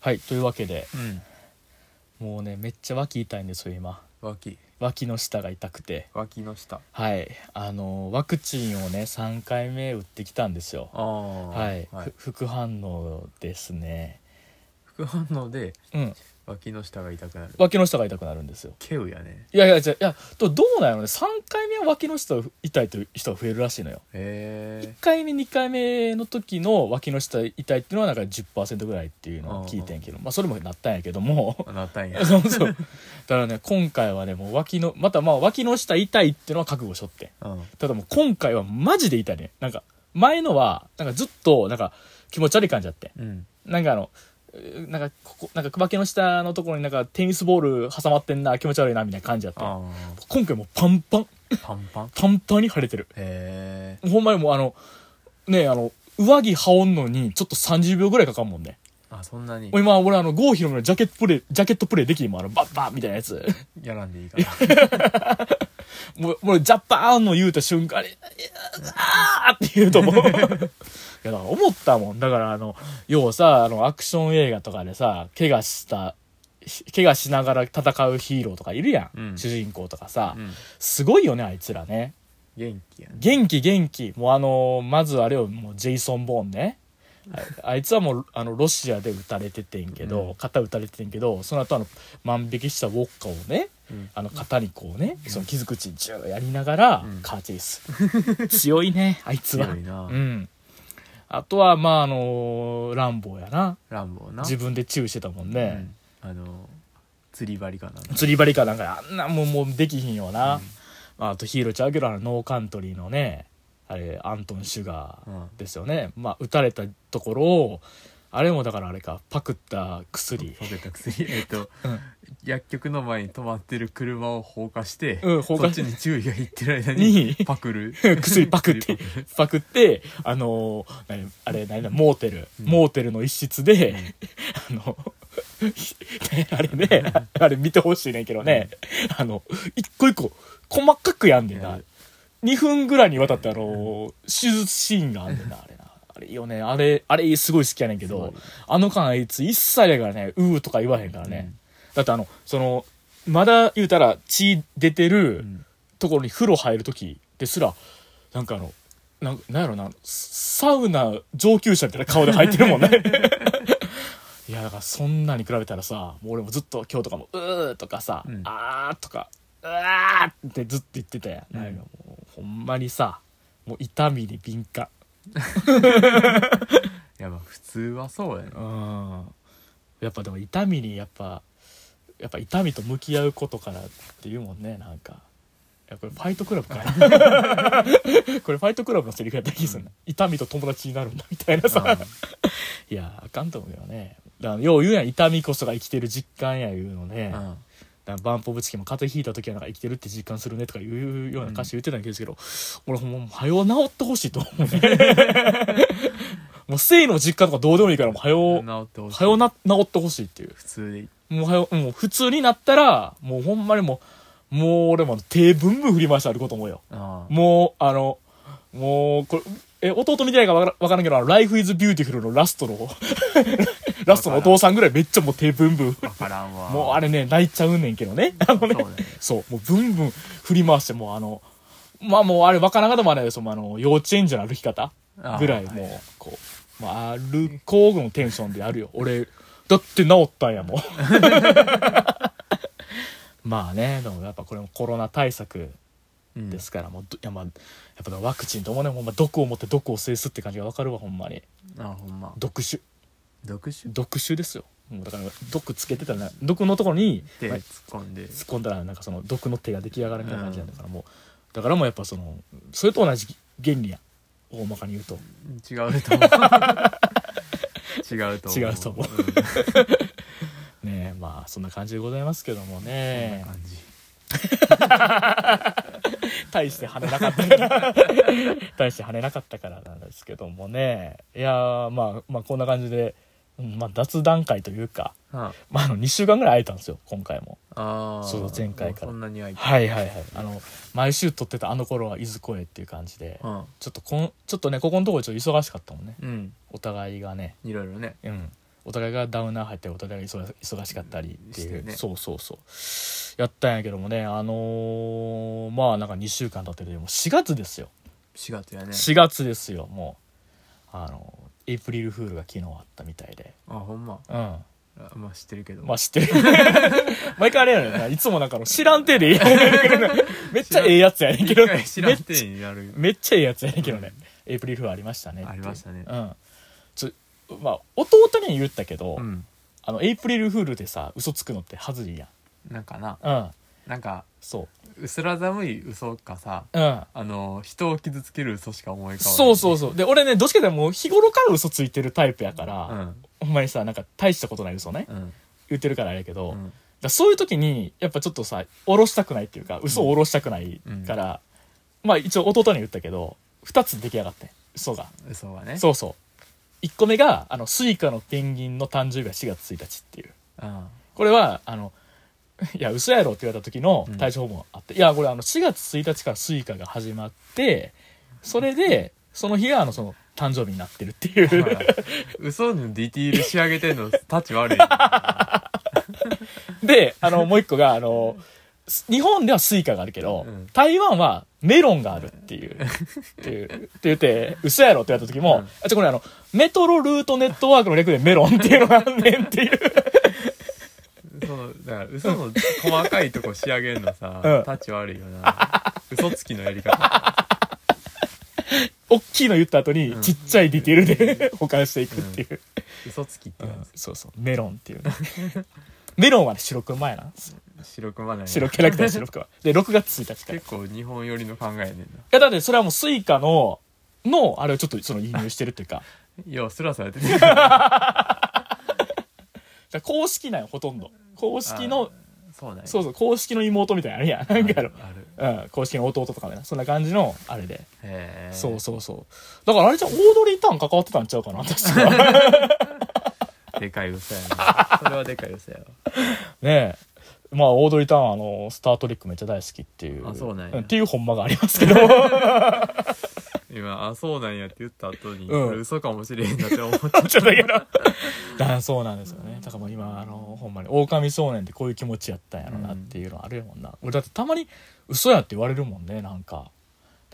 はいというわけでうんもうねめっちゃ脇痛いんですよ今脇脇の下が痛くて脇の下はいあのワクチンをね3回目打ってきたんですよああはい、ふ副反応ですね副反応でうん脇の下が痛くなる脇の下が痛くなるんですよケウやねいやいやじゃいやどどうなのね3回目は脇の下痛いという人が増えるらしいのよへ1回目2回目の時の脇の下痛いっていうのはなんか10%ぐらいっていうのを聞いてんけどまあそれもなったんやけどもえ なったんやそうそう。だからね、今回はね、もう脇の、またまあ脇の下痛いっていうのは覚悟しとって。うんただもう今回はマジで痛いね。なんか、前のは、なんかずっと、なんか気持ち悪い感じあって。うんなんかあの、えーなんかここ、なんか脇の下のところになんかテニスボール挟まってんな、気持ち悪いな、みたいな感じあって。あ今回もうパンパン、あパンパンパンパンに腫れてる。へえほんまにもうあの、ねあの、上着羽織んのにちょっと30秒ぐらいかかんもんね。あそんなにもう今俺あの、郷ひろみのジャケットプレイ、ジャケットプレイできんもんあの、バッバッみたいなやつ。やらんでいいから もう、もう、ジャパーンの言うた瞬間に、いやあーって言うと 思う。いや、だから思ったもん。だから、あの、要はさ、あの、アクション映画とかでさ、怪我した、し怪我しながら戦うヒーローとかいるやん。うん主人公とかさ、うんすごいよね、あいつらね。元気やね元気元気。もうあの、まずあれを、もう、ジェイソン・ボーンね。ああいつはもう、あの、ロシアで撃たれててんけど、うん肩撃たれててんけど、その後あの、万引きしたウォッカをね、うんあの肩にこうね、その傷口ジューやりながらうんカーチェイス、強いねあいつは強いなうんあとはまああのーランボーやなランボーな自分でチューしてたもんね、うんあの釣り針かなんか釣り針かなんかあんなもんもうできひんよな、まあ、あとヒーローちゃうけどあのノーカントリーのねあれアントン・シュガうんーですよね、まあ打たれたところをあれもだからあれかパクった薬溶けた薬えっと、うん薬局の前に止まってる車を放火して、うん放火そっちに注意がいってる間ににパクる 薬パクって薬パクる、パクって、あのー何あれ、何だ、モーテル、うんモーテルの一室で、 あの、ひあれね、 あれ見てほしいねんけどね、あの、一個一個、細かくやんねんやなる。 2分ぐらいにわたって、あのー手術シーンがあんねんな、あれな。あれいいよね、あれ、あれすごい好きやねんけすごいど、あの間あいつ一切だからね、うーとか言わへんからね。だってあの、その、まだ言うたら血出てる、うんところに風呂入る時ですらなんかあのなんなんやろなサウナ上級者みたいな顔で入ってるもん ねいやだからそんなに比べたらさもう俺もずっと今日とかも「うー」とかさ「うんあー」とか「うわー」ってずっと言ってたやん、うんなんかもうほんまにさもう痛みに敏感いやまあ普通はそうやねうんやっぱでも痛みにやっぱやっぱ痛みと向き合うことからっていうもんねなんかいやこれファイトクラブかな これファイトクラブのセリフやった気するな、痛みと友達になるんだみたいなさ、いやあかんと思うよねだからよう言うやん痛みこそが生きてる実感や言うのね、うだかんらバンポブチキンも風邪ひいた時はなんか生きてるって実感するねとかいうような歌詞言ってたんですけど、俺ほんま早う治ってほしいと思うね もう生の実感とかどうでもいいからもう早ううん治ってほしいはよな、治ってほしいっていう。普通でいいもうはよ、もう普通になったら、もうほんまにもう、もう俺も手ぶんぶん振り回して歩こうと思うよ。ああもう、あの、もう、これ、え、弟見てないからわからわからんけど、あの、Life is Beautiful のラストの、 ラストのお父さんぐらいめっちゃもう手ぶんぶん。分からんわもうあれね、泣いちゃうねんけどね。あのねそうね、そう、もうぶんぶん振り回して、もうあの、まあもうあれわからんかったもんあれ、そのあの、幼稚園児の歩き方ああぐらいはもうこう、まあ、歩こうのテンションでやるよ俺だって治ったんやもん まあねでもやっぱこれもコロナ対策うんですから、もうどいやまあやっぱでもワクチンともねほんま毒を持って毒を制すって感じがわかるわほんまにああほんま毒酒毒酒毒酒ですよもうだから毒つけてたらな毒のところに、手ま突あっ込んで突っ込んだらなんかその毒の手が出来上がるみたいな感じなんだから、もうだからもうやっぱそのそれと同じ原理や大まかに言うと違うと思 う違うと思う違うと思うんそねえまあそんな感じでございますけどもんねな感じ大して跳ねなかったから 大して跳ねなかったからなんですけどもねいやーまあまあこんな感じで、うんまあ、雑談会というか、あまあ、あの2週間ぐらい空いたんですよ今回もあそう前回からそんなに空いてはいはいはいあの毎週撮ってたあの頃はいずこへっていう感じでうんちょっとこんちょっとねここのところちょっと忙しかったもんねうんお互いがねいろいろねうんお互いがダウナー入ったりお互いが忙忙しかったりっていしう、てねそうそうそうやったんやけどもねあのーまあなんか2週間経ってるでもう4月ですよ4月やね4月ですよもうあのエイプリルフールが昨日あったみたいであほんまうんあまあ知ってるけどまあ知っ てる毎回あれやねんないつもなんかあの知らん手で言 い合いやけどなめっちゃええやつやねんけど一回知らんてになるめっちゃええやつやねんけどね、エイプリルフールありましたねっていうありましたねうんちょまあ弟には言ったけど、うんあのエイプリルフールでさ嘘つくのってはずいやなんかなんうんなんかそう薄ら寒い嘘かさうんあの人を傷つける嘘しか思い浮かばないそうそうそうで俺ねどっちかというともう日頃から嘘ついてるタイプやから、うんほんまにさなんか大したことない嘘ねうん言ってるからあれやけど、うだかんらそういう時にやっぱちょっとさ下ろしたくないっていうか嘘を下ろしたくないから、まあ一応弟に言ったけど2つ出来上がってん嘘が嘘はねそうそう1個目があのスイカのペンギンの誕生日は4月1日っていううんこれはあの 「いや嘘やろ」って言われた時のうん対処法もあって、いやこれあの4月1日からスイカが始まってそれでその日があのその誕生日になってるっていほうら嘘のディティール仕上げてんのタち悪いよであのもう一個があのす日本ではスイカがあるけど、うん台湾はメロンがあるっていうっていうって言って嘘やろって言われた時も、うんあじゃこれあのメトロルートネットワークの略でメロンっていうのがあんねんっていうそのだから嘘の細かいとこ仕上げんのさ、うんタち悪いよな嘘つきのやり方大きいの言った後に、うんちっちゃいディテールで保管していくっていう、嘘つきってやそうそうメロンっていうね メロンはね白く前なんですよつ白くまない白キャラクター白く はで6月1日からい結構日本寄りの考えやねんなやだってそれはもうスイカののあれをちょっとその輸入してるっていうかだかいやスラスラやっててそら公式なんよほとんど公式のうなんやそうそう公式の妹みたいなのあるやんなんかあのあるうん、公式の弟とかねそんな感じのあれで、へえそうそうそうだからあれじゃんオードリー・ターン関わってたんちゃうかな確 かでかい嘘やなそれはでかい嘘やわねえまあオードリー・ターンあのスター・トレックめっちゃ大好きっていうあそうなんやんっていう本間がありますけど今あそうなんやって言った後に、うんこれ嘘かもしれへんなって思った ちょっとだけど。だそうなんですよね。だからもう今、あの、ほんまに、狼少年ってこういう気持ちやったんやろなっていうのあるやもんな。俺だってたまに、嘘やって言われるもんね、なんか。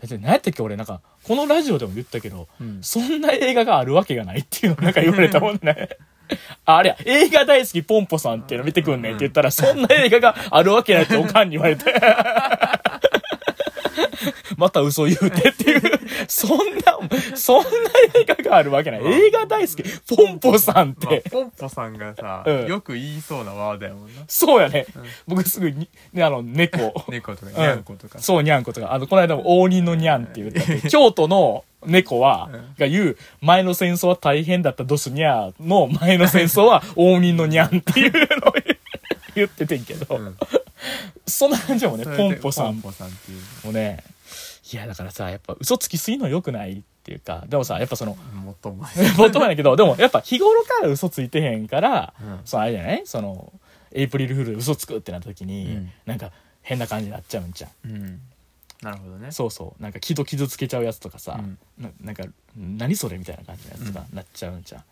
だって何やったっけ俺、なんか、このラジオでも言ったけど、うんそんな映画があるわけがないっていうのなんか言われたもんね。ああれや、映画大好きポンポさんっていうの見てくんねんって言ったら、そんな映画があるわけないっておかんに言われ て。また嘘言うてって いう、そんな、そんな映画があるわけない。映画大好き、ポンポさんっまあて、。ポンポさんがさ、うんよく言いそうなワードやもんなそうやね。僕すぐに、ね、あの、猫。猫とかにうんゃんことか、そう、にゃんことか。あの、この間も、応仁のにゃんって言ったって京都の猫はうん、が言う、前の戦争は大変だったドスニャーの前の戦争 は、応仁のにゃんっていうのを言っててんけど、うんそんな感じやもんね、それでポンポさんポンポさんっていうもね。いや、だからさ、やっぱ嘘つきすぎの良くないっていうか、でもさ、やっぱその、もっと前 ボットやけど、でもやっぱ日頃から嘘ついてへんから、うんそのあれじゃないその、エイプリルフールで嘘つくってなった時に、うんなんか変な感じになっちゃうんじゃん。うんなるほどねそうそう。なんか気と傷つけちゃうやつとかさ、うんななんか、何それみたいな感じのやつとかなっちゃうんじゃん。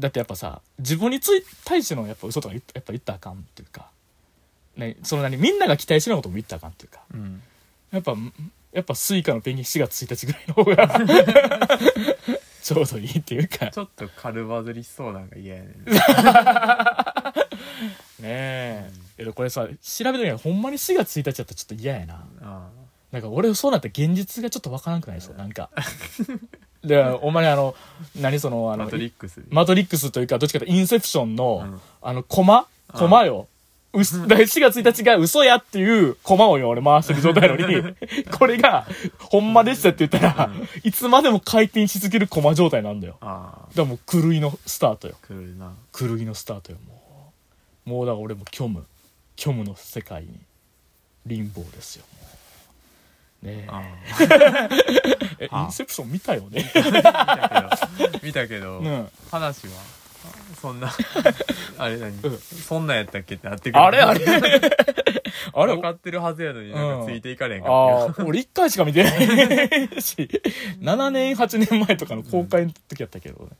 だってやっぱさ、自分につい対してのやっぱ嘘とか言っやっぱ言ったらあかんっていうか、ね、その何、みんなが期待してるようなことも言ったらあかんっていうか、うんやっぱ、んやっぱスイカのペンギン4月1日ぐらいの方が、ちょうどいいっていうか。ちょっと軽バズりしそうなんか嫌やねんねえ、えこれさ調べてみたらほんまに4月1日だったらちょっと嫌やなあなんか俺そうなったら現実がちょっとわからなくないそうなんかでお前あの何そのああのマトリいックスマトリックスというかどっちかというとインセプションの、うんあのコマコマようすだから4月1日が嘘やっていうコマをよ俺回してる状態なの にこれがほんまでしたって言ったら、いつまでも回転し続けるコマ状態なんだよだかあらもう狂いのスタートよあ来るな狂いのスタートよもうもうだから俺も虚無虚無の世界に貧乏ですよもうねあええはあインセプション見たよねあ 見たけど見たけど、ね話はそ んなあれ何、うんそんなんやったっけってなってくるあれあれあれ分かってるはずやのになんかついていかれへんかったよああ俺1回しか見てないし7年8年前とかの公開の時やったけどね、だ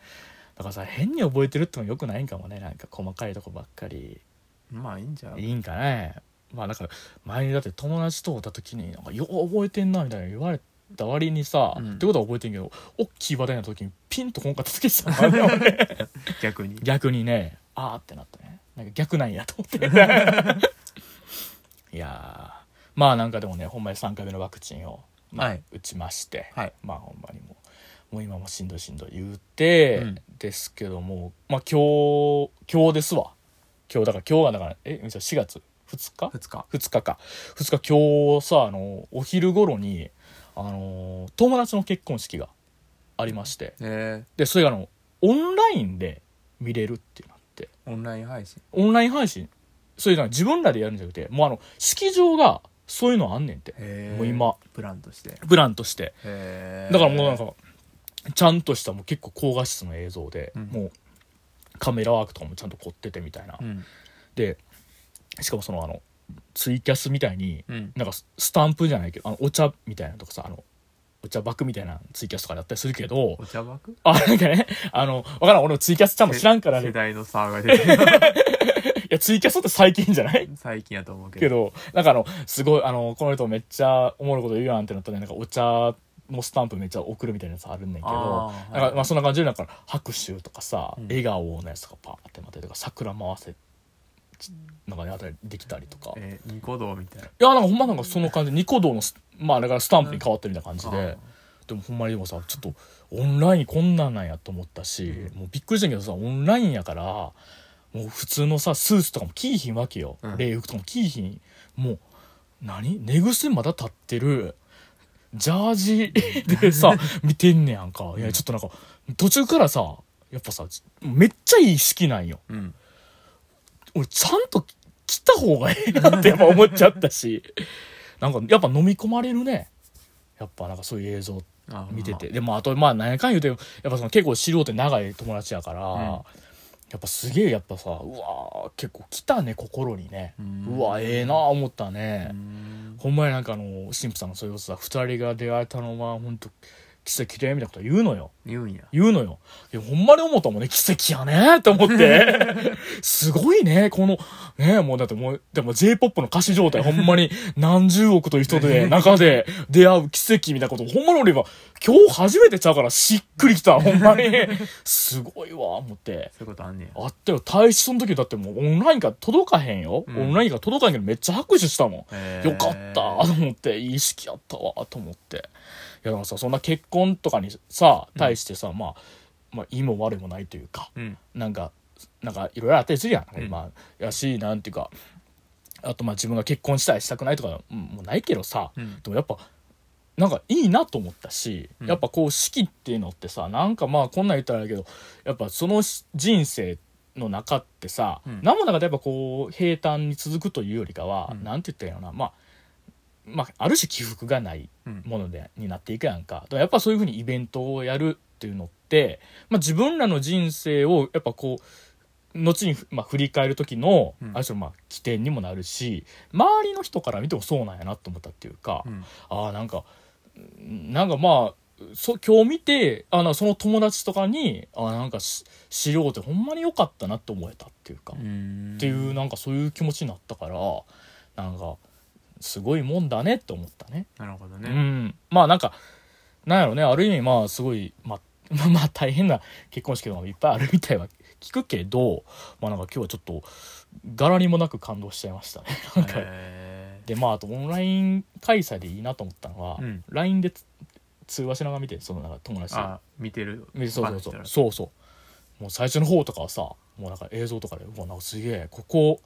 だからさ変に覚えてるってのもよくないんかもねなんか細かいとこばっかり まあいいんじゃういいんかねまあなんか前にだって友達と会った時になんかよう覚えてんなみたいな言われた割にさ、うんってことは覚えてんけど大きい話題の時にピンとこんかった時さ あれ俺逆に逆にねあーってなったねなんか逆なんやと思 っていやーまあなんかでもねほんまに3回目のワクチンを、まあはい打ちまして、はいまあほんまにもうもう今もしんどいしんどい言うて、うんですけどもまあ今日今日ですわ今日だから今日がだからえみちゃん4月2日2日2日か2日今日さあのお昼頃にあの友達の結婚式がありましてえでそれがあのオンラインで見れるってなってー、オンライン配信オンライン配信そういうのは自分らでやるんじゃなくてもうあの式場がそういうのあんねんってへーもう今プランとしてへプランとしてえだからもうなんかちゃんとしたもう結構高画質の映像で、うんもうカメラワークとかもちゃんと凝っててみたいな、うんでしかもそのあのツイキャスみたいにうんなんかススタンプじゃないけどあのお茶みたいなのとかさあのお茶バッグみたいなツイキャスとかであったりするけどお茶枠あなんかねあのわからん俺もツイキャスちゃんと知らんからね世代の差が 出てるいや、ツイキャスって最近じゃない最近やと思うけどけど、なんかあの、すごい、あの、この人めっちゃおもろいこと言うやんってなったら、なんかお茶のスタンプめっちゃ送るみたいなやつあるんねんけど、あーなんかまあそんな感じで、なんか拍手とかさ、うん笑顔のやつとかパーってまたりとか、桜回せ、なんかね、あたりできたりとか。いえー、ニコ動みたいなや、なんかほんまなんかその感じ、ニコ動のス、まあだからスタンプに変わってるみたいな感じで、でもほんまにでもさちょっとオンラインこんなんなんやと思ったし、うもうびっくりしたけどさオンラインやからもう普通のさスーツとかも着いひんわけよ、うん礼服とかも着いひんもう何寝癖まだ立ってるジャージでさ見てんねやんかいやちょっとなんか途中からさやっぱさめっちゃいい式なんようんうん俺ちゃんと来た方がええなってやっ ぱ思っちゃったしなんかやっぱ飲み込まれるねやっぱなんかそういう映像って。あ見てて、でもあとまあ何やかん言うてやっぱその結構知り合うて長い友達やから、んやっぱすげえやっぱさうわー結構来たね心にねううんわええなあ思ったまあねう、んほんまになんかあの神父さんがそういうことさ2人が出会えたのは本当奇跡でみたいなこと言うのよ言うんや言うのよいやほんまに思ったもんね奇跡やねと思って すごいねこのねもうだってもうでも j p o p の歌詞状態ほんまに何十億という人で中で出会う奇跡みたいなことほんまに俺今今日初めてちゃうからしっくりきたほんまにすごいわ思って。そういうことあんねやあったよ。退出の時だってもうオンラインから届かへんよ。うんオンラインから届かへんけどめっちゃ拍手したもん。へーよかったと思っていい式やったわと思っていやだからさそんな結婚とかにさ対してさ、まあまあいいも悪いもないというかうんなんかなんかいろいろあったりするやん、うん今やしなんていうかあとまあ自分が結婚したいしたくないとかうんもうないけどさ、うんでもやっぱなんかいいなと思ったし、うんやっぱこう式っていうのってさなんかまあこんなん言ったらあれやけどやっぱそのし人生の中ってさ、うん何もなかったらやっぱこう平坦に続くというよりかは、うんなんて言ったらいいのかなまあまあ、ある種起伏がないうんものでになっていくやんかだからやっぱそういうふうにイベントをやるっていうのって、まあ、自分らの人生をやっぱこう後に、まあ、振り返る時の、うんある種のまあ起点にもなるし周りの人から見てもそうなんやなと思ったっていうか、うんああなんかうんなんかまあそ今日見てあなんかその友達とかにあなんかし知ろうってほんまに良かったなって思えたっていうか、うんっていうなんかそういう気持ちになったからなんかすごいもんだねって思ったね。なるほどうねん、まあなんかなんやろねある意味まあすごい、ま あ、まあまあ大変な結婚式とかもいっぱいあるみたいは聞くけどまあなんか今日はちょっと柄にもなく感動しちゃいましたね。なんかへでまああとオンライン開催でいいなと思ったのは、うん LINE でつ通話しながら見てそのなんか友達ーとあ見てるでそうそうそバうッてそうそうもう最初の方とかはさもうなんか映像とかでうわなんかすげえここ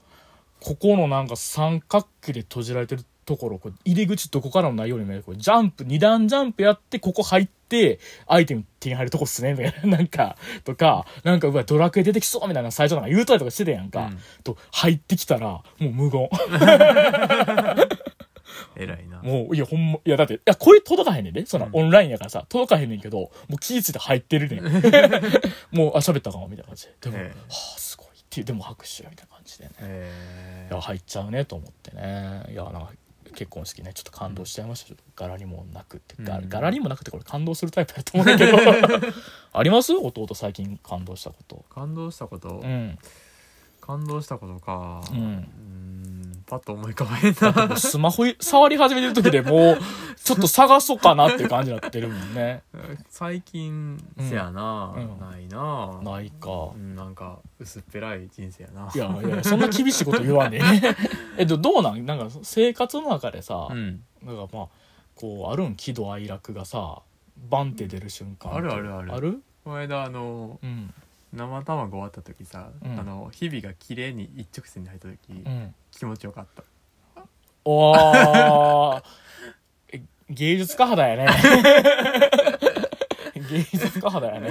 ここのなんか三角形で閉じられてるところこれ入り口どこからもないように見えるこれジャンプ二段ジャンプやってここ入ってアイテム手に入るとこっすねみたいな なんかとかなんかうわドラクエ出てきそうみたいな最初なんか言うたりとかしてたやんか、うんと入ってきたらもう無言偉いなもう、いや、ほんま、いや、だって、いや、これ届かへんねんで、そのう、んオンラインやからさ、届かへんねんけど、もう気ぃついて入ってるねん。 もう、あ、喋ったかも、みたいな感じで。でも、ええはあ、すごいっていう、でも拍手や、みたいな感じでね。へいや、入っちゃうね、と思ってね。いや、なんか、結婚式ねちょっと感動しちゃいましたよ柄にもなくってうん柄柄にもなくてこれ感動するタイプだと思うんだけ どあります弟最近感動したこと感動したことうん感動したことかううーんんパッと思い浮かばへ んだってなもうスマホ触り始めてる時でもうちょっと探そうかなっていう感じになってるもんね最近せやな、うんないな、ないか うん、なんか薄っぺらい人生やないやいやそんな厳しいこと言わねえ えどどうなんなんか生活の中でさ、うんなんかまあこうあるん喜怒哀楽がさバンって出る瞬間あるあるあるあるこの間あのうん生卵終わった時さ、うんあの日々が綺麗に一直線に入った時、うん気持ちよかったお ーえ芸術家肌やね 芸術家肌やね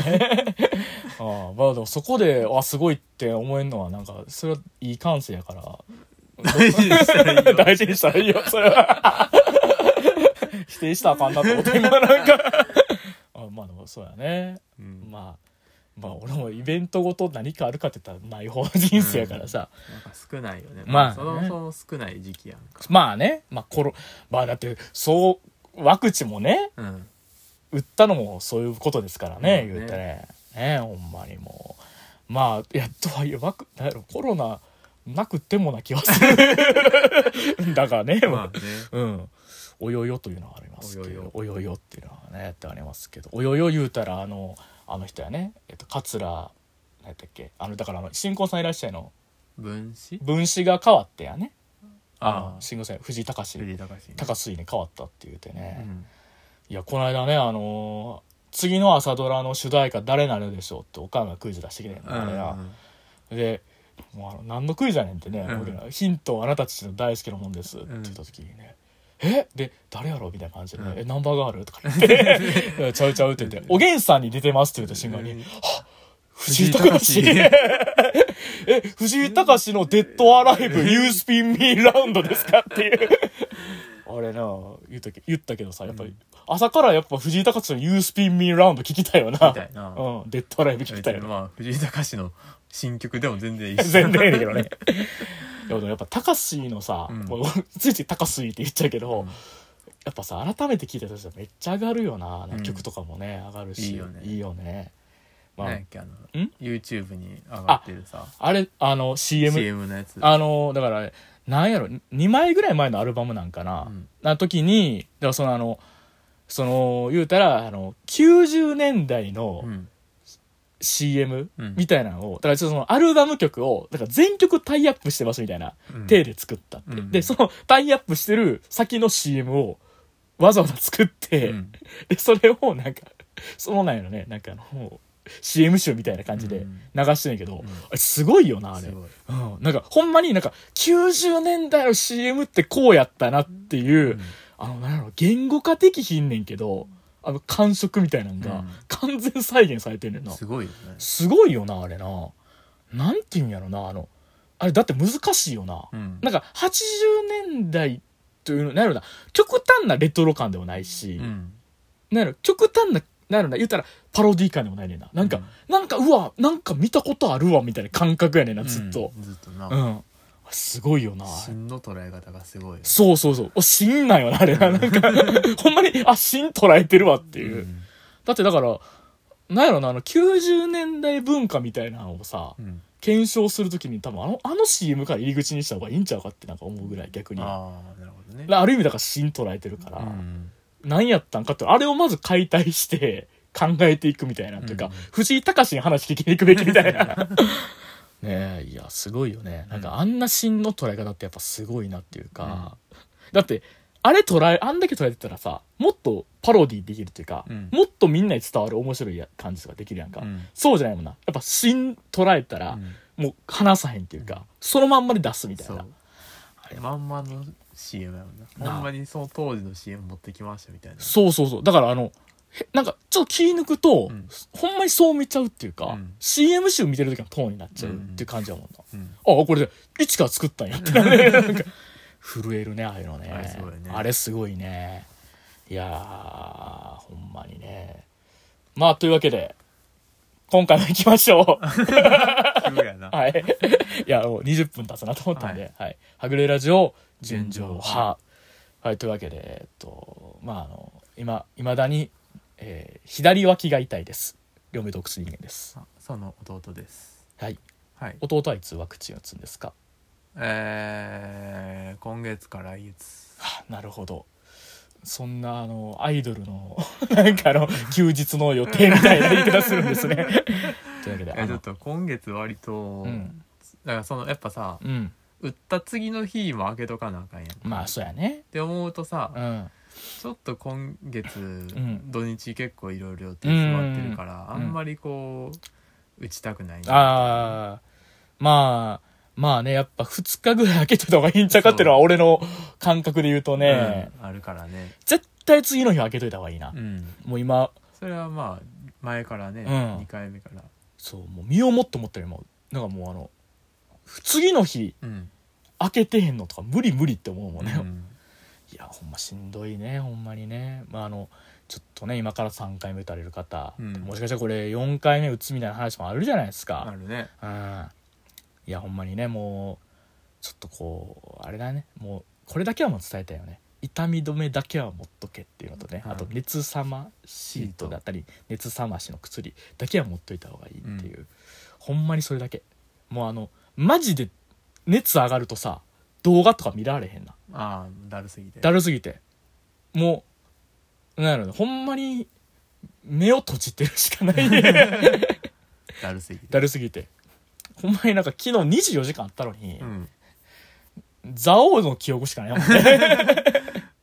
ああまあでもそこであすごいって思えるのはなんかそれはいい感性や から大事にしたらいいよ大事にしたらいいよ、それは。否定したらあかんなと思って、今なんか。あまあでもそうやね。うんまあ、まあ俺もイベントごと何かあるかって言ったらない方の人生やからさ。なんか少ないよねまあねそもそも少ない時期やんかまあね、まあコロ、まあだって、そう、ワクチンもね、うん売ったのもそういうことですからね、まあね言ったらね。ねほんまにもう。まあ、やっとはいえ、ワク、なんやろ、コロナなくてもな気はする。 だからね、まあまあねうん、およよというのはありますけどおおよよっていうのはねってありますけどおよよ言うたらあのあの人やね、えっと、桂何やったっけあのだからあの新婚さんいらっしゃいの分子分子が変わってやねあの新婚さん藤井隆藤井隆ね高水に変わったって言うてうね、んいやこの間ねあのー次の朝ドラの主題歌誰なるでしょうっておかんがクイズ出してきてんのあれやうんで「もうあの何のクイズやねん」ってね、うん僕らヒントはあなたたちの大好きなもんです」って言った時にね「えで誰やろ?」みたいな感じでねうんえナンバーガール?」とか言って「ちゃうちゃう」って言って「おげんさんに出てます」って言った瞬間に「うんはっ藤井隆 え藤井隆の「デッドアライブ You Spin Me Round」ですかっていう。あれな言ったけ言ったけどさやっぱり、うん朝からやっぱ藤井隆の「You Spin Me Round」聞きたいよなみたいなうん、デッドアライブ聞きたいよなまあ藤井隆の新曲でも全然一緒 全然ええねんけど ね。いやでもやっぱ、高ーのさ、うんもう ついつい高ーって言っちゃうけど、うんやっぱさ、改めて聞いたとめっちゃ上がるよな。うん曲とかもね、上がるし。いいよねねまあ、何やっけあのん YouTube に上がってるさあれ、あの、CM、 CM のやつあの、だから、なんやろ、2枚ぐらい前のアルバムなんかな、うんな時に、だからそのあの、その、言うたら、あの、90年代の、うん、 CM うんみたいなのを、だからちょっとそのアルバム曲を、だから全曲タイアップしてますみたいな、うん手で作ったって、うんで、そのタイアップしてる先の CM をわざわざ作って、うんで、それをなんか、そうなんやろね、なんかあの、CM 集みたいな感じで流してんやけど、うんあれすごいよな、あれ。すうん。ごいなんか、ほんまになんか、90年代の CM ってこうやったなっていう、うんあの、なんやろ、言語化できひんねんけど、あの、感触みたいなのうがん、完全再現されてんねんな。すごいよねすごいよなあれななんていうんやろなあのあれだって難しいよな、うんなんか80年代というのなんやろな極端なレトロ感でもないし、うんなんやろ極端ななんやろな言ったらパロディ感でもないねんななんか、なんかうわなんか見たことあるわみたいな感覚やねんなずっとうんずっとうん、なすごいよなあれ芯の捉え方がすごいよそうそうそうお芯なんよなあれななんか ほんまにあ芯捉えてるわっていう、うんだってだからなんやろなあの90年代文化みたいなのをさ、うん検証するときに多分あのあの CM から入り口にした方がいいんちゃうかってなんか思うぐらい逆にあああなるほどねある意味だから芯捉えてるから、うん何やったんかってあれをまず解体して 考えていくみたいなというか、うん藤井隆に話聞きに行くべきみたい なねえいやすごいよねなんかあんな芯の捉え方ってやっぱすごいなっていうか、だってあれ捉えあんだけ捉えてたらさもっとパロディできるというか、うんもっとみんなに伝わる面白いや感じができるやんか、うんそうじゃないもんなやっぱ芯捉えたら、うんもう話さへんっていうか、そのまんまで出すみたいそなうまんまの CM やもんななあほんまにその当時の CM 持ってきましたみたいなそうそうそうだからあのへなんかちょっと気抜くと、うんほんまにそう見ちゃうっていうか、うん CM 集見てる時のトーンになっちゃうっていう感じやもんな、うんああこれで一から作ったんやってなねなんか震えるねああいうのねあれすごいねあれすごいねいやーほんまにねまあというわけで今回も行きましょう急やなはい。いや、もう20分経つなと思ったんで、はい。はぐれラジオ、純情派。はいというわけでえっとまああの今いまだに、えー左脇が痛いです両目洞窟人間ですあその弟ですはいはい弟はいつワクチン打つんですかえー、今月から来月あなるほどそんなあのアイドルの なんかあの休日の予定みたいな言い方するん ですねというわけでいやあちょのっと今月割と、うんだからそのやっぱさうん売った次の日も開けとかなあかんやんっまあそうやねて思うとさ、うんちょっと今月、ん土日結構いろいろ手伝ってるから、うんあんまりこう打ちたくないああまあまあねやっぱ2日ぐらい開けといた方がいいんちゃうかっていうのは俺の感覚で言うとね、うんあるからね絶対次の日開けといた方がいいなう、んもう今それはまあ前からね、うん2回目からそうもう身をもって思ったよりもなんかもうあの次の日うん、開けてへんのとか無理無理って思うもんね、うんいやほんましんどいねほんまにねまああのちょっとね今から3回目打たれる方、うんもしかしたらこれ4回目打つみたいな話もあるじゃないですあか、るねうんいやほんまにねもうちょっとこうあれだねもうこれだけはもう伝えたいよね痛み止めだけは持っとけっていうのとね、うんあと熱さまシートだったり熱さましの薬だけは持っといた方がいいっていう、ほんまにそれだけもうあのマジで熱上がるとさ動画とか見られへんなああだるすぎてだるすぎてもうなんやろねほんまに目を閉じてるしかない だるすぎてだるすぎてほんまになんか昨日24時間あったのに、うん蔵王の記憶しかないも んね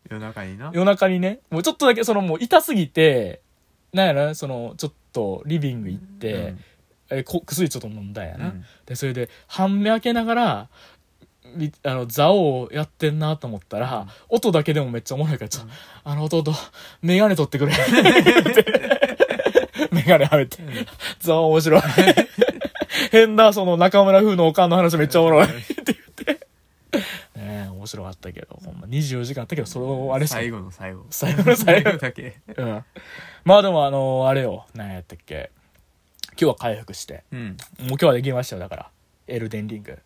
夜中にな夜中にねもうちょっとだけそのもう痛すぎてなんやろねそのちょっとリビング行って、えこ薬ちょっと飲んだんやうんな、うんでそれで半目開けながらみあの座王やってんなと思ったら、音だけでもめっちゃおもろいからちょ、あの弟メガネ取って くれ」ってメガネはめて「座王面白い」変なその中村風のおかんの話めっちゃおもろいって言ってねえ面白かったけどほんま24時間あったけどそれをあれし最後の最後最後の最後だけうんまあでもあのあれよ何やったっけ今日は回復してうもんう今日はできましたよだからエルデンリング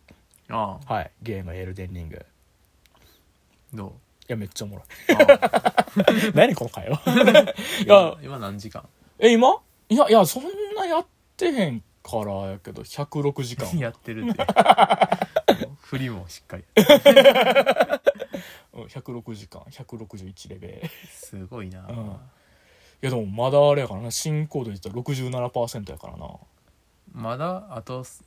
ああはいゲームエルデンリングい どうやめっちゃおもろい あ何この会話あいや今今何時間 え今いやいやそんなやってへんからやけど106時間 やってるって 振りもしっかりうん106時間161レベルいすごいな、うんやでもまだあれやからな進行度で言ったら67%やからなまだあとす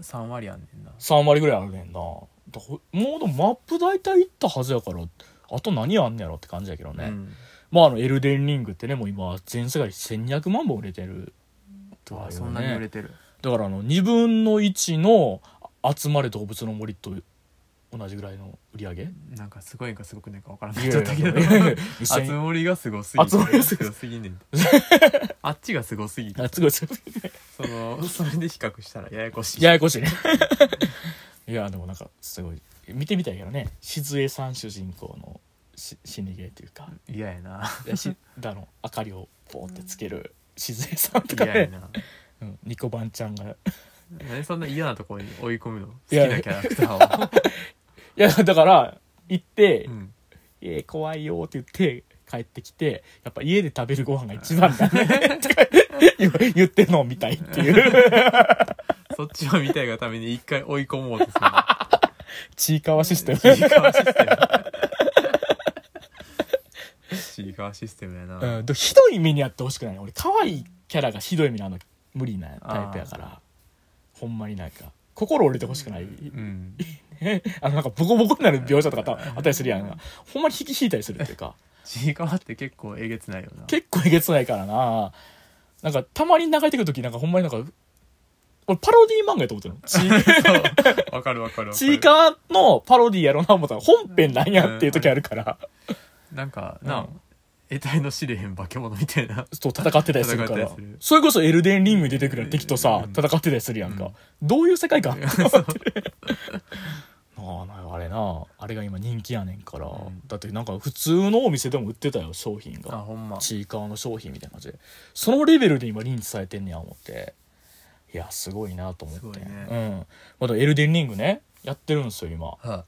3割あんねんな3割ぐらいあるねんなだもうでもマップ大体いったはずやからあと何あんねやろって感じやけどね、うんまああのエルデンリングってねもう今全世界で1200万本売れてるとはあ言うねそんなに売れてるだからあの2分の1の「集まれ動物の森」と同じぐらいの売り上げなんかすごいんかすごくないか分からな集いちょっとけどあつ ま森がすごすぎ熱て盛がすご熱すぎんねんて あっちがすごすぎてすごいすごいそのそれで比較したらややこしいややこしいね いやでもなんかすごい見てみたいけどね静江さん主人公のし死にゲーという か嫌 やなしだの明かりをポーってつける静江さんとか嫌やね、なうん、ニコバンちゃんがなんでそんな嫌なところに追い込むの好いきやなキャラクタ ーをいやだから行って、うんえー怖いよって言って帰ってきてやっぱ家で食べるご飯が一番だね とか言う言ってるのを見たいっていうそっちを見たいがために一回追い込もうとする ちいかわシステムシーカーシステム シーカーシステムやな、うんでもひどい目にあってほしくない俺可愛いキャラがひどい目にあんの無理なタイプやからほんまになんか心折れてほしくない、うんあのなんかボコボコになる描写とかたあったりするやんほんまに引き引いたりするっていうかちいかわって結構えげつないよな 結構えげつないからななんかたまに流れてくる時なんかほんまになんか俺パロディ漫画やと思ってるのちそうわかるわかるわかるちいかわのパロディやろうな思ったら本編なんやっていう時あるから、なんかな、うん得体の知れへん化け物みたいなそう戦ってたりするか戦っらてたりするそれこそエルデンリングに出てくるような敵とさうん戦ってたりするやんか、うんどういう世界観なあなあれなあれが今人気やねんから、うんだってなんか普通のお店でも売ってたよ商品あがほんまちいかわの商品みたいな感じでそのレベルで今認知されてんねや思っていやすごいなと思ってすごいねうんまだエルデンリングねやってるんですよ今は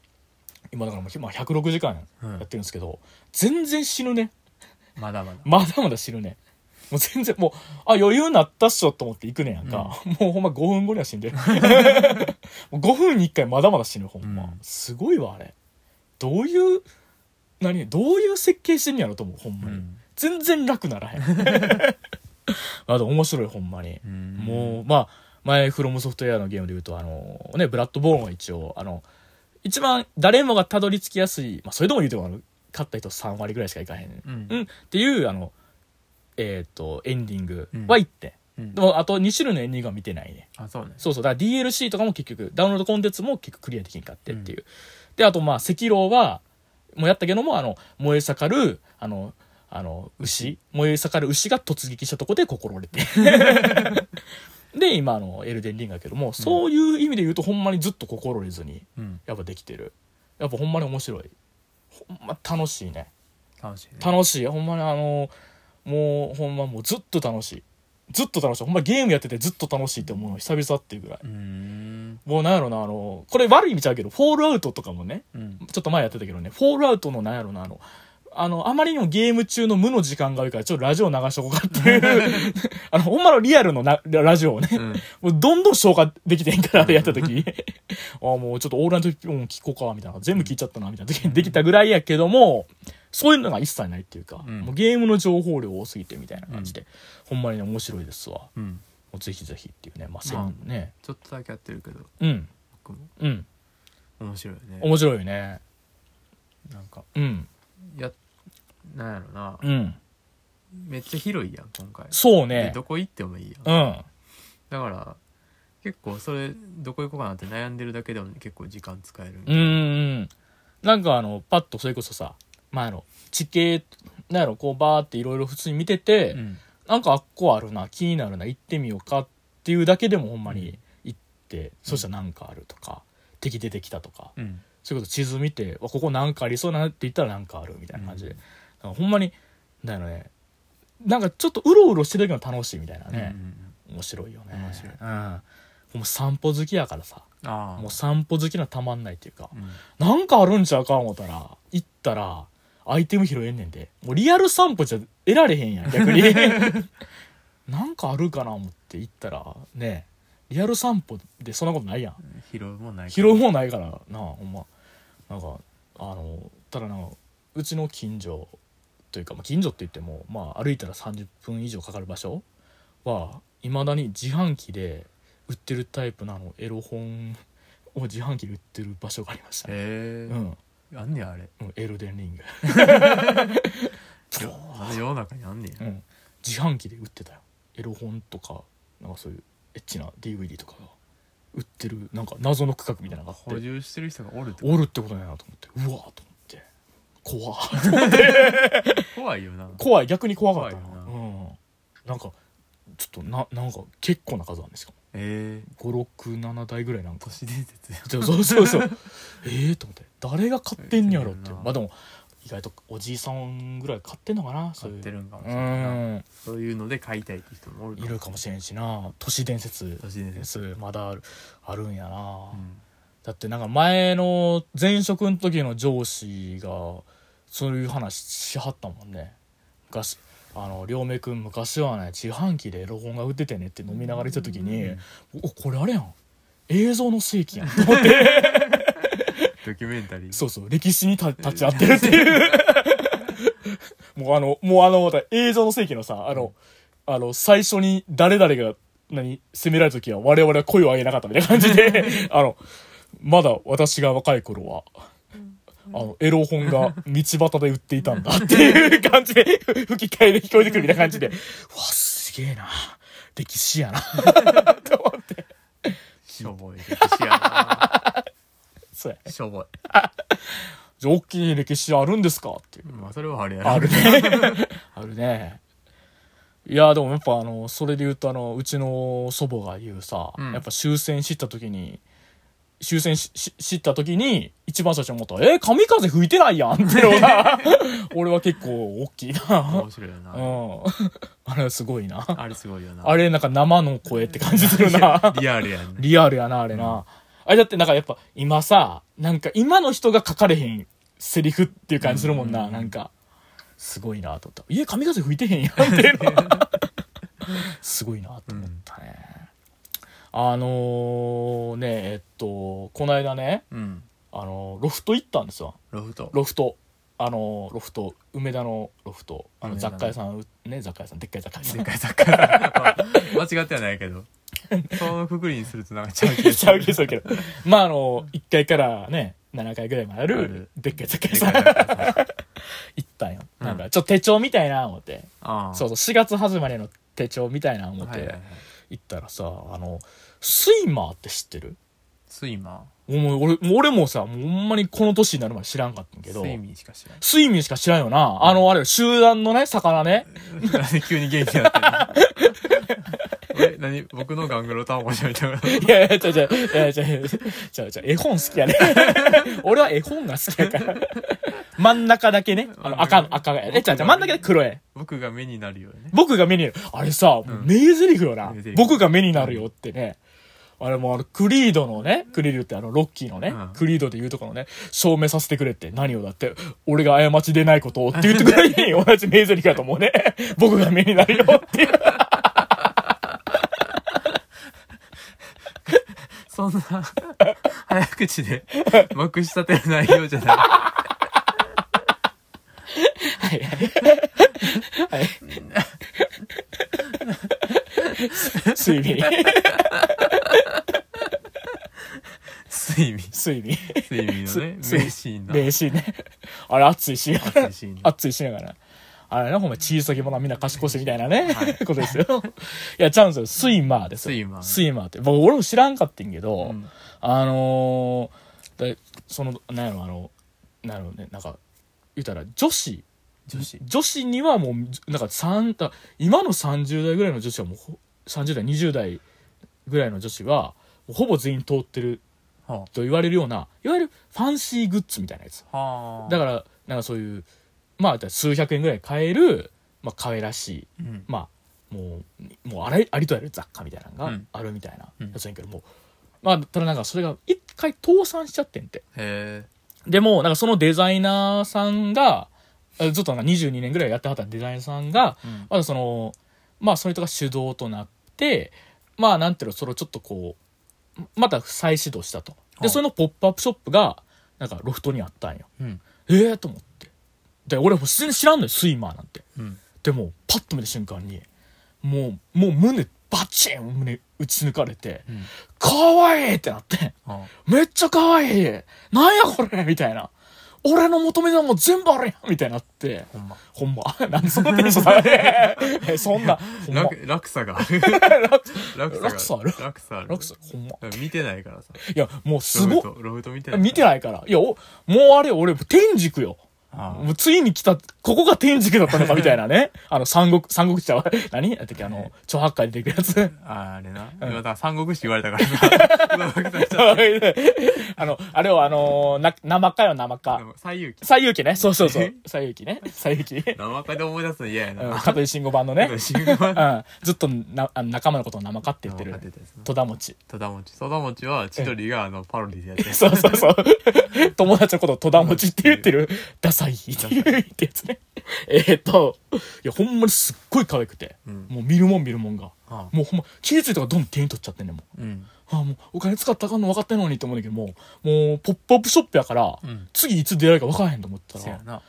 今だからもう、まあ、106時間うんやってるんですけど、全然死ぬねまだまだまだまだ死ぬねもう全然もうあ余裕なったっしょと思って行くねんやんか、もうほんま5分後には死 んでるもう5分に1回まだまだ死ぬほんま、うんすごいわあれどういう何どういう設計してんやろと思うほんうまに、ん、全然楽ならへん あと面白いほんまに、うん、もうまあ前フロムソフトウェアのゲームで言うとあのねブラッドボーンは一応あの一番誰もがたどり着きやすい、まあ、それでも言うてもあの勝った人3割ぐらいしかいかへん、うんうん、っていうあのえっ、とエンディングは1点、うんでもあと2種類のエンディングは見てないねあそうねそうそうだから DLC とかも結局ダウンロードコンテンツも結局クリアできんかってっていう、であとまあ赤狼はもうやったけどもあの燃え盛るあのあの牛燃え盛る牛が突撃したとこで心折れて で今あのエルデンリングだけどもそういう意味で言うとほんまにずっと心折れずにうんやっぱできてるやっぱほんまに面白いほんま楽しいね楽しい、ね、楽しいほんまにあのもうほんまもうずっと楽しいずっと楽しいほんまゲームやっててずっと楽しいって思うの久々っていうぐらいうーんもうなんやろなあのこれ悪い意味ちゃうけど「フォールアウト」とかもねうんちょっと前やってたけどね「フォールアウト」のなんやろなあのあのあまりにもゲーム中の無の時間が多いからちょっとラジオ流しとこうかっていう あのほんまのリアルのなラジオをねうんもうどんどん消化できてへんから、やった時ああ、もうちょっとオールナイトピッ聞こうか、みたいな。全部聞いちゃったな、みたいな時にできたぐらいやけども、そういうのが一切ないっていうか、うんもうゲームの情報量多すぎてみたいな感じで、ほんまにね面白いですわ。もうんうぜひぜひっていうね、まあ、せまあんね。ちょっとだけやってるけどうん、僕もうん。面白いよね面白いよね。なんかうん、やなんやろな、うん。めっちゃ広いやん今回そうでね。どこ行ってもいいやん、うん。だから結構それどこ行こうかなって悩んでるだけでも結構時間使えるうーんなんかあのパッとそれこそさまああの地形なんやろこうバーっていろいろ普通に見てて、うんなんかあっこあるな気になるな行ってみようかっていうだけでもほんまうに行って、そしたらなんかあるとか敵出てきたとかうんそれこそ地図見てわここなんかありそうだなって言ったらなんかあるみたいな感じで、だからほんまになんやろねなんかちょっとうろうろしてる時も楽しいみたいなね、面白いよね面白いうん、もう散歩好きやからさああもう散歩好きなたまんないっていうかう、んなんかあるんちゃうか思ったら、行ったら、アイテム拾えんねんで。もうリアル散歩じゃ得られへんやん、逆に。なんかあるかな思って行ったら、ねえリアル散歩でそんなことないやん。拾うもんない拾うもんないからな、ほんま。なんか、あの、ただなんか、うちの近所というか、まあ、近所って言っても、まあ、歩いたら30分以上かかる場所は、いまだに自販機で売ってるタイプのあの、エロ本を自販機で売ってる場所がありましたね。えうえん。あんねやあれうん、エルデンリング、あれ世の中にあんねうやん、自販機で売ってたよエロ本とかなんかそういうエッチな DVD とかが売ってるなんか謎の区画みたいなのがあ補って充してる人がおるってことおるってことだなと思ってうわーと思って怖っ怖いよな怖い逆に怖かったな怖いようん、なんかちょっとななんか結構な数あるんですよええ567台ぐらいなんか都市伝説や そうそうそう そうええと思って誰が買ってんやろってそうやなまあでも意外とおじいさんぐらい買ってんのかなそうい買っうてるんかもしうれないなんそういうので買いたいって人もおるいるかもしれんしな都市伝説都市伝で説すまだあるあるんやな、うんだってなんか前の前職の時の上司がそういう話しはったもんね昔あの両目くん昔はね自販機でエロ本が売っててねって飲みながら言ってた時に、おこれあれやん映像の世紀やんと思ってドキュメンタリーそうそう歴史にた立ち会ってるっていう もうあのもうあのまた映像の世紀のさあのあの最初に誰々が何責められた時は我々は声を上げなかったみたいな感じ であのまだ私が若い頃は。あのエロ本が道端で売っていたんだっていう感じで 吹き替えで聞こえてくるみたいな感 じでうわすげえな歴史やなと思ってしょぼい 歴史やなそうやしょぼいじゃあ大きい歴史あるんですかっていうまあそれはあれやなあるね。 あるね。いや、でもやっぱあの、それで言うとあの、うちの祖母が言うさ、うんやっぱ終戦知った時に、終戦しし知った時に、一番最初に思ったら、えー、神風吹いてないやんっていうの が、俺は結構大きいな。面白いよう。なんあれはすごいな。あれすごいよなあれなんか生の声って感じするな。リアルやんリアルやな、あれな。あれだってなんかやっぱ今さなんか今の人が書かれへんセリフっていう感じするもんな、うんなんかすごいなと思った家神風吹いてへんやんっていうのはすごいなと思ったね、あのー、ねえっとこの間ねうんあのロフト行ったんですよロフトロフトあのロフト梅田のロフトあの梅田雑の貨屋さんね雑貨屋さんでっかい雑貨屋さんでかい 作家間違ってはないけどそのくくりにするとなんかちゃう気がす ちゃうるけどけどまああの1階からね7階ぐらいまでああるるでっかい雑貨屋でさかんい作 家さん行ったんようんなんかちょっと手帳みたいな思ってああそうそう4月始まりの手帳みたいな思っはいはいはてい行ったらさあのスイマーって知ってるスイマもう俺もう俺もさもうほんまにこの年になるまで知らんかったんけーどスイミーしか知らんスイミーしか知らんよなあのあれ集団のね魚ねなんで急に元気になってんの え何僕のガングロタワー面白いと思う いやいや、違う違う、いやいや違う違う違う違う、絵本好きやね。俺は絵本が好きやから。真ん中だけね、あの赤の、赤が、え、違う違う、真ん中で黒絵。僕が目になるよね僕が目になる。あれさ、もう名台詞よな名台詞。僕が目になるよってね。あれもうあの、クリードのね、クリードってあの、ロッキーのね、うんクリードで言うとこのね、証明させてくれって、何をだって、俺が過ちでないことをって言ってくれに同じ名台詞だと思うね。僕が目になるよっていう。そんな 早口で まくしたてる内容じゃなはいはい。はい。睡眠。いスイミー睡眠。スイミーの ねス名シーンな名シーンね。あれ、熱いシーンやから名シーンな熱いシーンやから。あれね、ほんま小さきもな、みんな賢しみたいなね、はいことですよ。 いや、ちゃうんですよ。スイマーですよ。スイマースイマーって。僕、俺も知らんかってんけど、うんあのー、だその、なんやろ、あの、なんやろね、なんか、言うたら、女子、女子女子にはもうなんか三だ今の30代ぐらいの女子はもうほ30代20代ぐらいの女子はもうほぼ全員通ってるはと言われるようないわゆるファンシーグッズみたいなやつあはあだからなんかそういうまあ数百円ぐらい買える、まあ、可愛らしいうんまあもうもうあらありとあらゆる雑貨みたいなのうがんあるみたいなうんやつやんけどもう、まあただなんかそれが一回倒産しちゃってんってへでも、なんかそのデザイナーさんが、えずっとなんか22年ぐらいやってはったデザイナーさんが、えうんまだその、まあそれとが主導となって、まあなんていうの、それをちょっとこう、また再始動したと。はで、いそれのポップアップショップが、なんかロフトにあったんよ。うんええー、と思って。で、俺もう全然知らんのよ、スイマーなんて。うんでも、パッと見た瞬間に、もう、もう胸、バチン胸打ち抜かれて、うんかわいいってなって。はあめっちゃ可愛いなんやこれみたいな。俺の求めのもん全部あるやんみたいになって。ほんまほんま。 なんでそんなテンション下がる えそんな。ほんま。落落差があ る落落差ある落差あるラクス、ほんま。見てないからさいや、もうすロごいフ。トロフト見てない見てないから。いや、おもうあれ、俺、天竺よ。あもうついに来た、ここが天竺だったのかみたいな ね。あの、三国、三国志は、 何やったっけ、あの、超八回出てくるやつ。 ああれな今だから三国志言われたからな上手くなっちゃっあの、あれを、あのーな、生かよ、生たかで。も西遊記西遊記ね。そうそうそう。西遊記ね。西 遊記。生かで思い出すの嫌やうん、な香取慎吾版の ね。新聞うん、ずっとなあの仲間のことを生かって言って生かってる言ってる戸田持ち戸田餅戸田餅は千鳥があのパロディでやってるそうそう そう友達のことを戸田持ちって言ってるダサいっていうってやつねえーっといやほんまにすっごい可愛くて、うんもう見るもん見るもんがああもうほんま気づいたらどんどん手に取っちゃってんねんもううんああもうお金使ったらあかんの分かってんのにって思うんだけどもうもうポップアップショップやから、うん次いつ出会えるか分からへんと思ったせやらな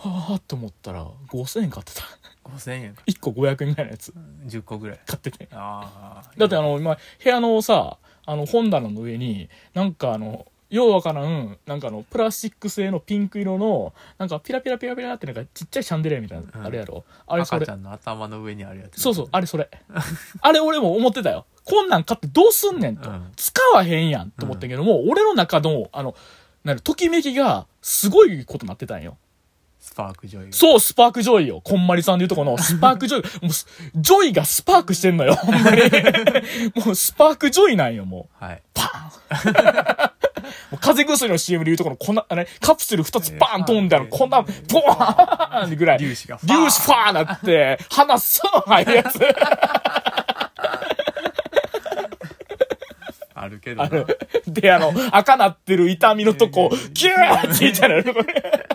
はあって思ったら5000円買ってた 5000円か1個500円ぐらいのやつ10個ぐらい買っててああだってあの今部屋のさあの本棚の上になんかあのようわからんなんかあのプラスチック製のピンク色のなんかピラピラピラピラってなんかちっちゃいシャンデリアみたいな、うんあれやろあれそ赤れちゃんの頭の上にあるやつそうそうあれそれあれ俺も思ってたよこんなん買ってどうすんねんと、うん使わへんやんと思ったけども、俺の中のあのなんかときめきがすごいことになってたんよスパーク女優そう、スパークジョイよ。こんまりさんでいうとこ の、スパークジョイ。もうす、ジョイがスパークしてんのよ、ほんま に。もう、スパークジョイなんよ、もう。はいパーンもう風邪薬の CM でいうとこの、こんな、あれ、カプセル2つバーン飛んだの、こんな、ボーンぐらい。粒子がファー粒子ファーなって、鼻スーン入るやつ。あるけけどあなの、で、あの、赤なってる痛みのとこ、キューっていったら、これ。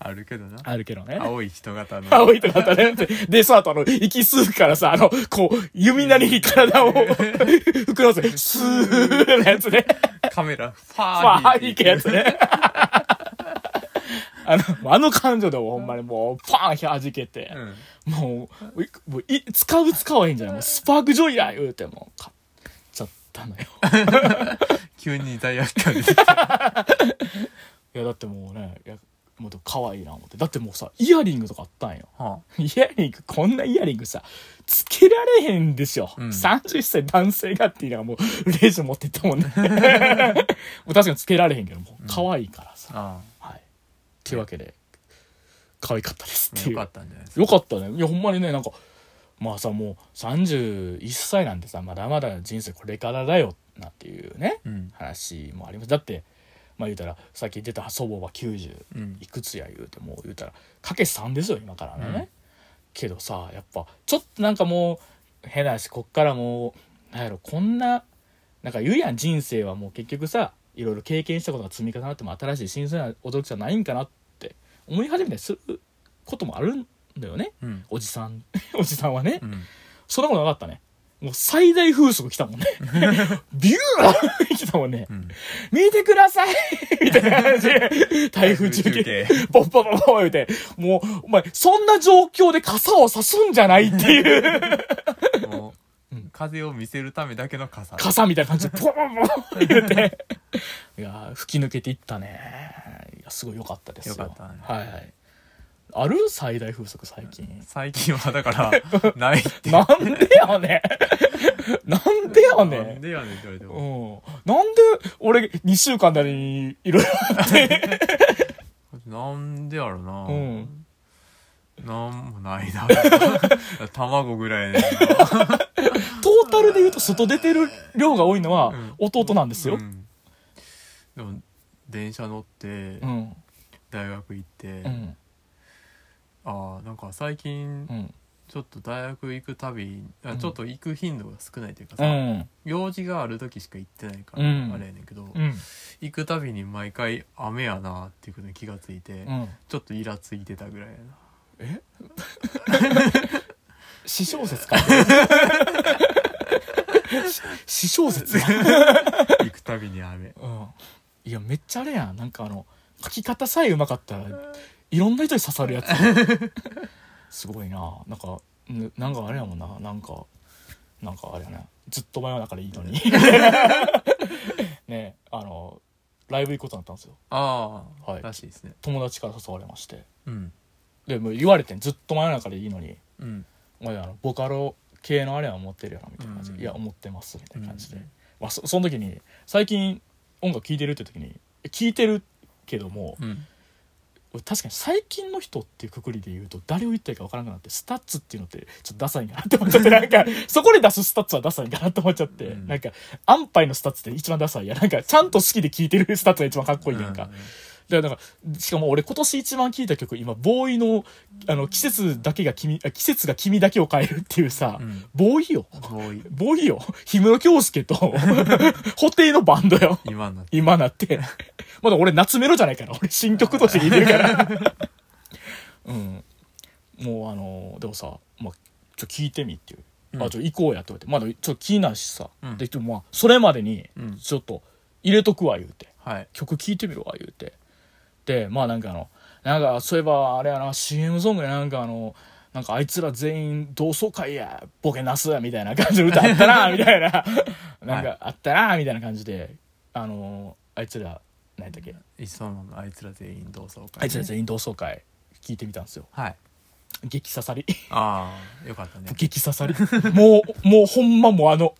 あるけどなあるけどね。青い人型の青いとかだね。で、その後、あの、息吸うからさ、あの、こう、弓なりに体を膨らませて、スーのやつね。カメラフまあ、ァハーイリケやつね。あの、あの感情でもほんまにもう、パーン弾けて、うんもう、いもうい使う使わへんじゃない。もう、スパークジョイや言うてもう、買っちゃったのよ。急に罪悪感でいや、だってもうね、いやもっと可愛いな思って。だってもうさ、イヤリングとかあったんよ。 はイヤリング、こんなイヤリングさ、つけられへんでしょ。うん30歳男性がっていうのがもう、レジ持ってったも んね。もう確かにつけられへんけども、可愛いからさ。ああはい。というわけで、可愛かったですっていう。よかったんじゃないですかよかったね。いや、ほんまにね、なんか、まあさ、もう31歳なんてさ、まだまだ人生これからだよ、なっていうね、うん話もあります。だって、まあ言うたら、さっき出た祖母は90。うんいくつや言うてもう言うたらかけさんですよ今からね、けどさやっぱちょっとなんかもう変だしこっからもうなんやろこんななんか言うやん人生はもう結局さいろいろ経験したことが積み重なっても新しい新鮮な驚きじゃないんかなって思い始めたりすることもあるんだよねうんおじさん おじさんはね、うんそんなことなかったねもう最大風速来たも んねビュー来たもんねうん見てくだ さいみたいな感じで台風中継ポッポポポ言うて、もう、お前、そんな状況で傘を差すんじゃないっていう、 もう風を見せるためだけの傘傘みたいな感じで、ポポポポ言うて、いやー、吹き抜けていったね。いや、すごい良かったですよ。良かったねはいはい。ある最大風速最近。最近はだから ないってなんでやねん。なんでやねなんん。でやねんって言われてうもん。なんで、俺、2週間なりに、いろいろあって、なんでやろなうんなんもない な卵ぐらいやねんなトータルで言うと外出てる量が多いのは、弟なんですよう。んでも電車乗ってうん。大学行ってうん。ああなんか最近うん。ちょっと大学行くたびあうんちょっと行く頻度が少ないというかうさ、ん。用事がある時しか行ってないから、うんあれやねんけど、うん。行くたびに毎回雨やなっていうことに気がついて、うん。ちょっとイラついてたぐらいやな私小説 か。私小説や。 行くたびに雨うん。いや、めっちゃあれやん。なんかあの、書き方さえうまかったら、いろんな人に刺さ るやつ。すごいな。なんか、ぬなんかあれやもんな。なんか、なんかあれやな。ずっと真夜中でいいの に。ねあの、ライブ行くことになったんですよ。ああ、はいらしいですね友達から誘われまして。うんで、もう言われてん。ずっと真夜中でいいのに。うんまあ、あのボカロ系のあれは持ってるよなみたいな感じで、うんいや思ってますみたいな感じで、うんうんまあ、そその時に最近音楽聴いてるって時にえ聴いてるけども、うん俺確かに最近の人っていうくくりで言うと誰を言ったらいいか分からなくなってスタッツっていうのってちょっとダサいんかなって思っちゃってなん かそこで出すスタッツはダサいんかなって思っちゃって、うんなんか安牌のスタッツって一番ダサいやなんかちゃんと好きで聴いてるスタッツが一番かっこいいやんか、だからなんかしかも俺今年一番聴いた曲今ボーイのあの季節だけが君あ季節が君だけを変えるっていうさ、うんボーイよ遠いボーイよ氷室京介と 布袋のバンドよ今になって今なって まだ俺夏メロじゃないから俺新曲として聴いてるから うんもうあのでもさ、まあ、ちょ聞いてみっていう、うんあちょ行こうやって言われてまだちょっと気ないしさ、うんででもまあそれまでにうんちょっと入れとくわ言うて、はい曲聴いてみろわ言うてでまあなんかあのなんかそういえばあれやな CM ソングでなんかあのなんかあいつら全員同窓会やボケなすやみたいな感じの歌あったなみたいななんかあったなみたいな感じであのあいつら何やったっけ一層のあいつら全員同窓会、あいつら全員同窓会聞いてみたんですよはい激刺さりああよかったね激刺さりもうもうほんまもうあの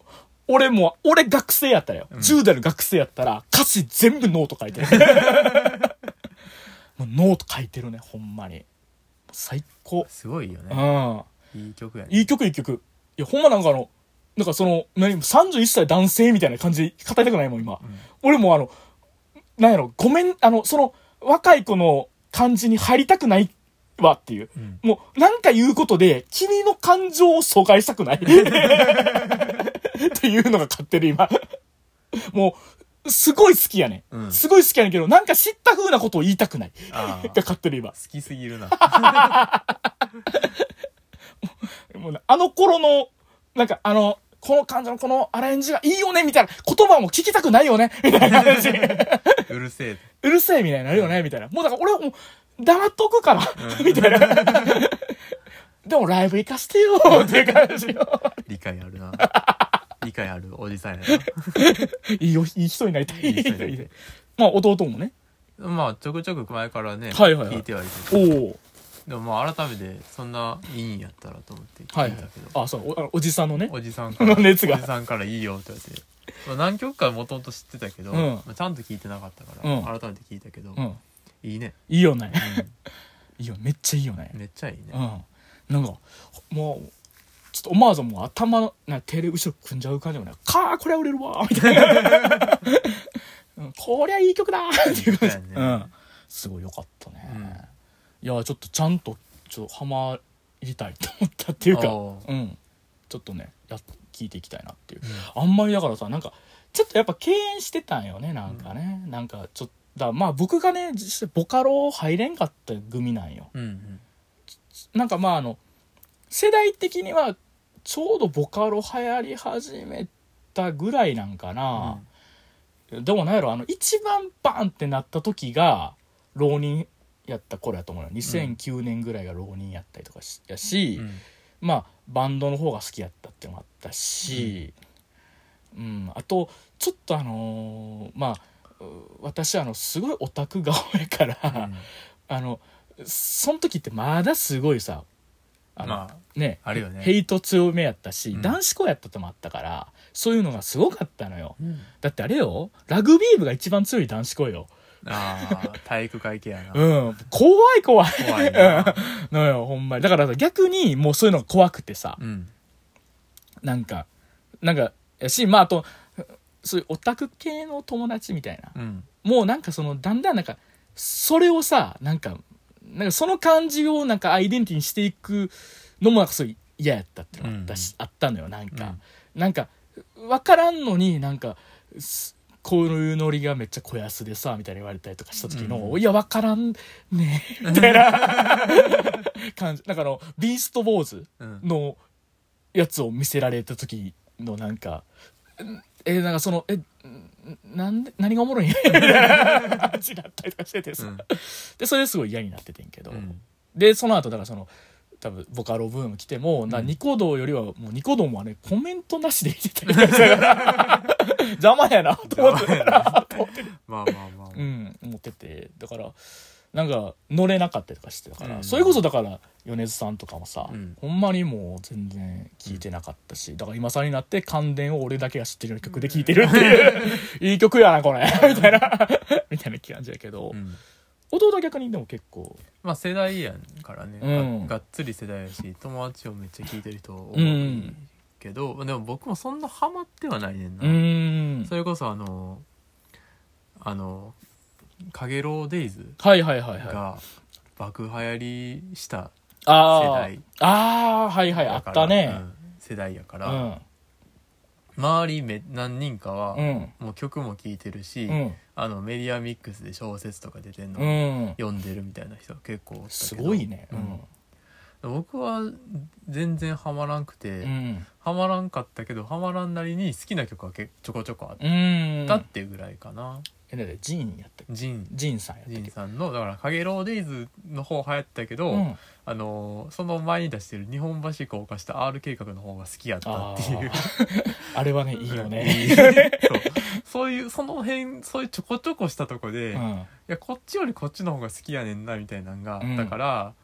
俺もう俺学生やったらよ、うん10代の学生やったら歌詞全部ノート書いてる もうノート書いてるねほんまに最高すごいようねんいい曲やねいい曲いい曲いやほんまなんかあのなんかその何31歳男性みたいな感じで語りたくないもん今、ん俺もうあのなんやろごめんあのその若い子の感じに入りたくないわっていううん もう、なんか言うことで、君の感情を阻害したくない。っていうのが勝ってる今。もう、すごい好きやね、うんん。すごい好きやねんけど、なんか知った風なことを言いたくない。あがー好勝ってる今。きすぎ るなもうねあの頃の、なんかあの、この感じのこのアレンジがいいよねみたいな言葉も聞きたくないよねみたいな感じ。うるせえうるせえみたいになるよねみたいな。もうだから俺はもう黙っとくから、みたいな。でもライブ行かせてよっていう感じの。理解ある な理解あるおじさんやいいよ、いい人になりたい。いい人になりたいまあ弟もね。なまあちょくちょく前からね、はいはいはい聞いてはいるおお。でもまあ改めてそんないいんやったらと思って聞いたはいけど、。あ、そう、おあのおじさんのね。おじさんか ら熱がおじさんからいいよって言われて、まあ、何曲かもともと知ってたけど、うんまあ、ちゃんと聞いてなかったから、うん改めて聞いたけど、うん。いいね、いいよね。ういいよ、めっちゃいいよねん。めっちゃいいね、うん。なんか、もう、ちょっと思わずもう頭の、なんか手で後ろ組んじゃう感じもね、かーこれは売れるわーみたいな。 うんこりゃいい曲だーっていう感じ。みたういなねん。すごい良かったね。うんいや、ちょっとちゃんと、ちょっとハマりたいと思ったっていうか、おーうん。ちょっとね、やっ、聞いていきたいなっていう。あんまりだからさなんかちょっとやっぱ敬遠してたんよねなんかね、なんかちょっとだまあ僕がね実際ボカロ入れんかった組なんようんうんなんかまああの世代的にはちょうどボカロ流行り始めたぐらいなんかな、でもなんやろあの一番バンってなった時が浪人やった頃やと思うよ2009年ぐらいが浪人やったりとかしやし、うん まあバンドの方が好きやったっていうのもあったし、うんあとちょっとあのーまあう私あのすごいオタク顔やから、うんあのその時ってまだすごいさあの、まねあるよねヘイト強めやったし、うん男子校やったともあったからそういうのがすごかったのよあ、うんだってあれよラグビー部が一番強い男子校よあー体育会系やな、うん怖い怖い怖いなのよほんまにだからさ逆にもうそういうのが怖くてさ、うんなんか、なんか、やし、まあ、あと、そういうオタク系の友達みたいな。うんもうなんかその、だんだんなんか、それをさ、なんか、なんかその感じをなんかアイデンティティにしていくのもなんかそういう嫌やったっていうのがあったし、あったのよ、なんか。なんか、わからんのになんか、すこういうノリがめっちゃ小安でさ、みたいに言われたりとかした時の、うんいや、わからんねみたいな感じ。なんかあの、ビーストボーズ。うんのやつを見せられた時のなんかんえなんかそのえんなんで何がおもろいん やみたいな感じだったりとかしててうさ、んでそれですごい嫌になっててんけど、うんでその後だからその多分ボカロブーム来ても、なうんニコ動よりはもうニコ動もあれコメントなしで見てたりとかしたから邪魔やなと 思って 邪魔やなまあまあまあ、うん、思っててだからなんか乗れなかったりとかしてたから、うんそれこそだから米津さんとかもさ、うんほんまにもう全然聞いてなかったし、だから今更になって関電を俺だけが知ってるような曲で聴いてるっていう、 いい曲やなこれみたいな みたいな感じやけど、うん弟は逆にでも結構まあ世代やからね、うんががっつり世代やし友達をめっちゃ聞いてる人多ういんけど、でも僕もそんなハマってはないねんうな、ーんそれこそあのあの「かげろうデイズはいはいはい」はいが爆流行りした世あー代あーはいはいあやっからたねうん世代やかうら、ん周りめ何人かは、うんもう曲も聴いてるし、うんあのメディアミックスで小説とか出てんの、うん読んでるみたいな人が結構おったけどすごいねうん僕は全然ハマらんくて、うんハマらんかったけどハマらんなりに好きな曲はけちょこちょこあっうんたっていうぐらいかな、えなんだジーンやったっけジンジンさんやったっジけンさんのだから「かげろうデイズ」の方流行ったけど、うんあのーその前に出してる日本橋高架下 R 計画の方が好きやったっていうああれはねいいよね、 そうそういうその辺そういうちょこちょこしたとこで、ういん、やこっちよりこっちの方が好きやねんなみたいなんが、うんだから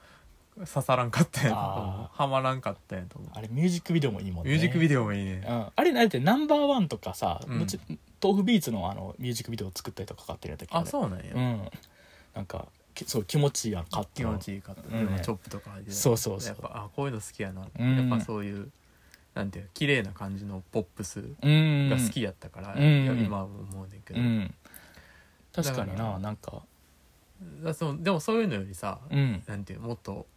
刺さらんかったんやと思あうハマらんかったんやと思うあれミュージックビデオもいいもんねミュージックビデデオもいいねオ、うん、あれなんてナンバーワンとかさ、うんもち豆腐ビーツのあのミュージックビデオ作ったりとかかかってるやつあうそうなんや、うんなんかきそう気持ちいいやんかって気持ちいいかった、うんでもチョップとか入ってそうそうそうやっぱあこういうの好きやな、うんやっぱそういうなんていう綺麗な感じのポップスうんが好きやったから、うんいや今は思うねんけうど、ん確かにだかならなんかだからそのでもそういうのよりさ、うんなんていうもっと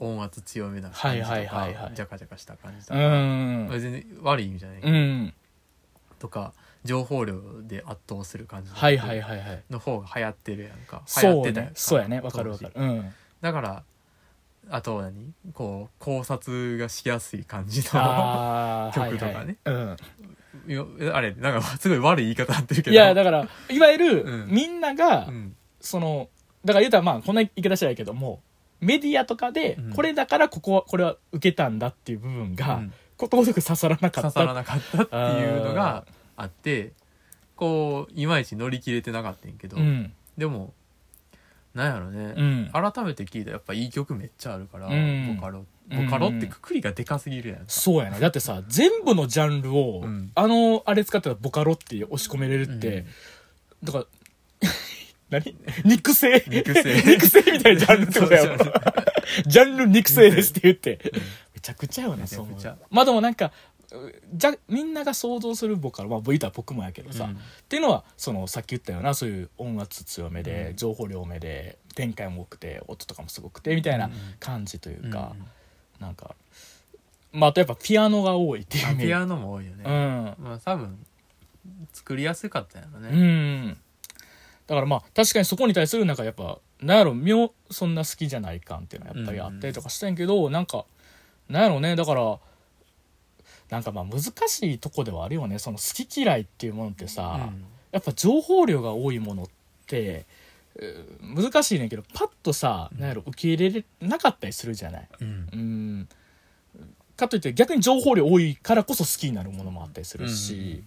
音圧強めな感はじいとか、はいはいはいジャカジャカした感じとうか、んまあ全然悪い意味じゃない、うんとか情報量で圧倒する感じのはいはいはいはいの方が流行ってるやんか流行そっうてたやんねかそうやねわかるわかる当時うんだからあと何こう考察がしやすい感じのああー曲とかねはいはいうんあれなんかすごい悪い言い方になってるけどいやだからいわゆる、うんみんなが、うんそのだから言うたらまあこんな言い方したらいいけどもメディアとかで、うんこれだからここはこれは受けたんだっていう部分が、うんことごとく刺さらなか刺っさらたなかったっていうのがあってこういまいち乗り切れてなかったんやけど、うんでもなんやろね、うん改めて聞いたらやっぱいい曲めっちゃあるから、うんボカロうんボカロってくくりがでかすぎるやん、そうやねだってさ全部のジャンルを、うんあのあれ使ってたボカロって押し込めれるって、だから 何肉声肉声 肉声みたいなジャンルってことやろそうそうジャンル肉声ですって言ってめちゃくちゃよねめちゃくちゃそう思うまあでもなんかうじゃみんなが想像するボカロまあ僕いたら僕もやけどさ、うんっていうのはそのさっき言ったようなそういう音圧強めで、うん情報量多めで展開も多くて音とかもすごくてみたいなうん感じといううんか、なんか、まあ、あとやっぱピアノが多いっていうあイメージピアノも多いよね、うんまあ多分作りやすかったんやろうね、んだからまあ確かにそこに対するなんかやっぱなんやろ妙そんな好きじゃない感っていうのはやっぱりあったりとかしたんやけど、なんかなんやろねだからなんかまあ難しいとこではあるよねその好き嫌いっていうものってさ、うんやっぱ情報量が多いものって、えー難しいねんけどパッとさなんやろ受け入れれなかったりするじゃない。うんうんかといって逆に情報量多いからこそ好きになるものもあったりするし、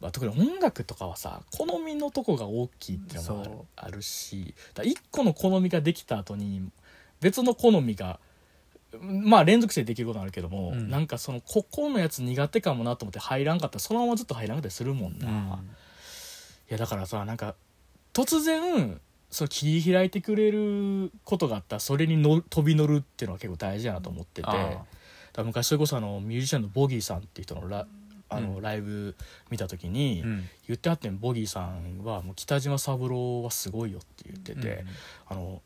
まあ、特に音楽とかはさ好みのとこが大きいっていうのもあるそうあるしだ1個の好みができた後に別の好みがまあ連続してできることもあるけども、うんなんかそのここのやつ苦手かもなと思って入らんかったらそのままずっと入らんかったりするもんな、いやだからさなんか突然その切り開いてくれることがあったらそれにの飛び乗るっていうのは結構大事だなと思ってて。あだから昔それこそあのミュージシャンのボギーさんっていう人のラあのうんライブ見た時に、ーうん言ってあってんボギーさんはもう北島三郎はすごいよって言ってて「あの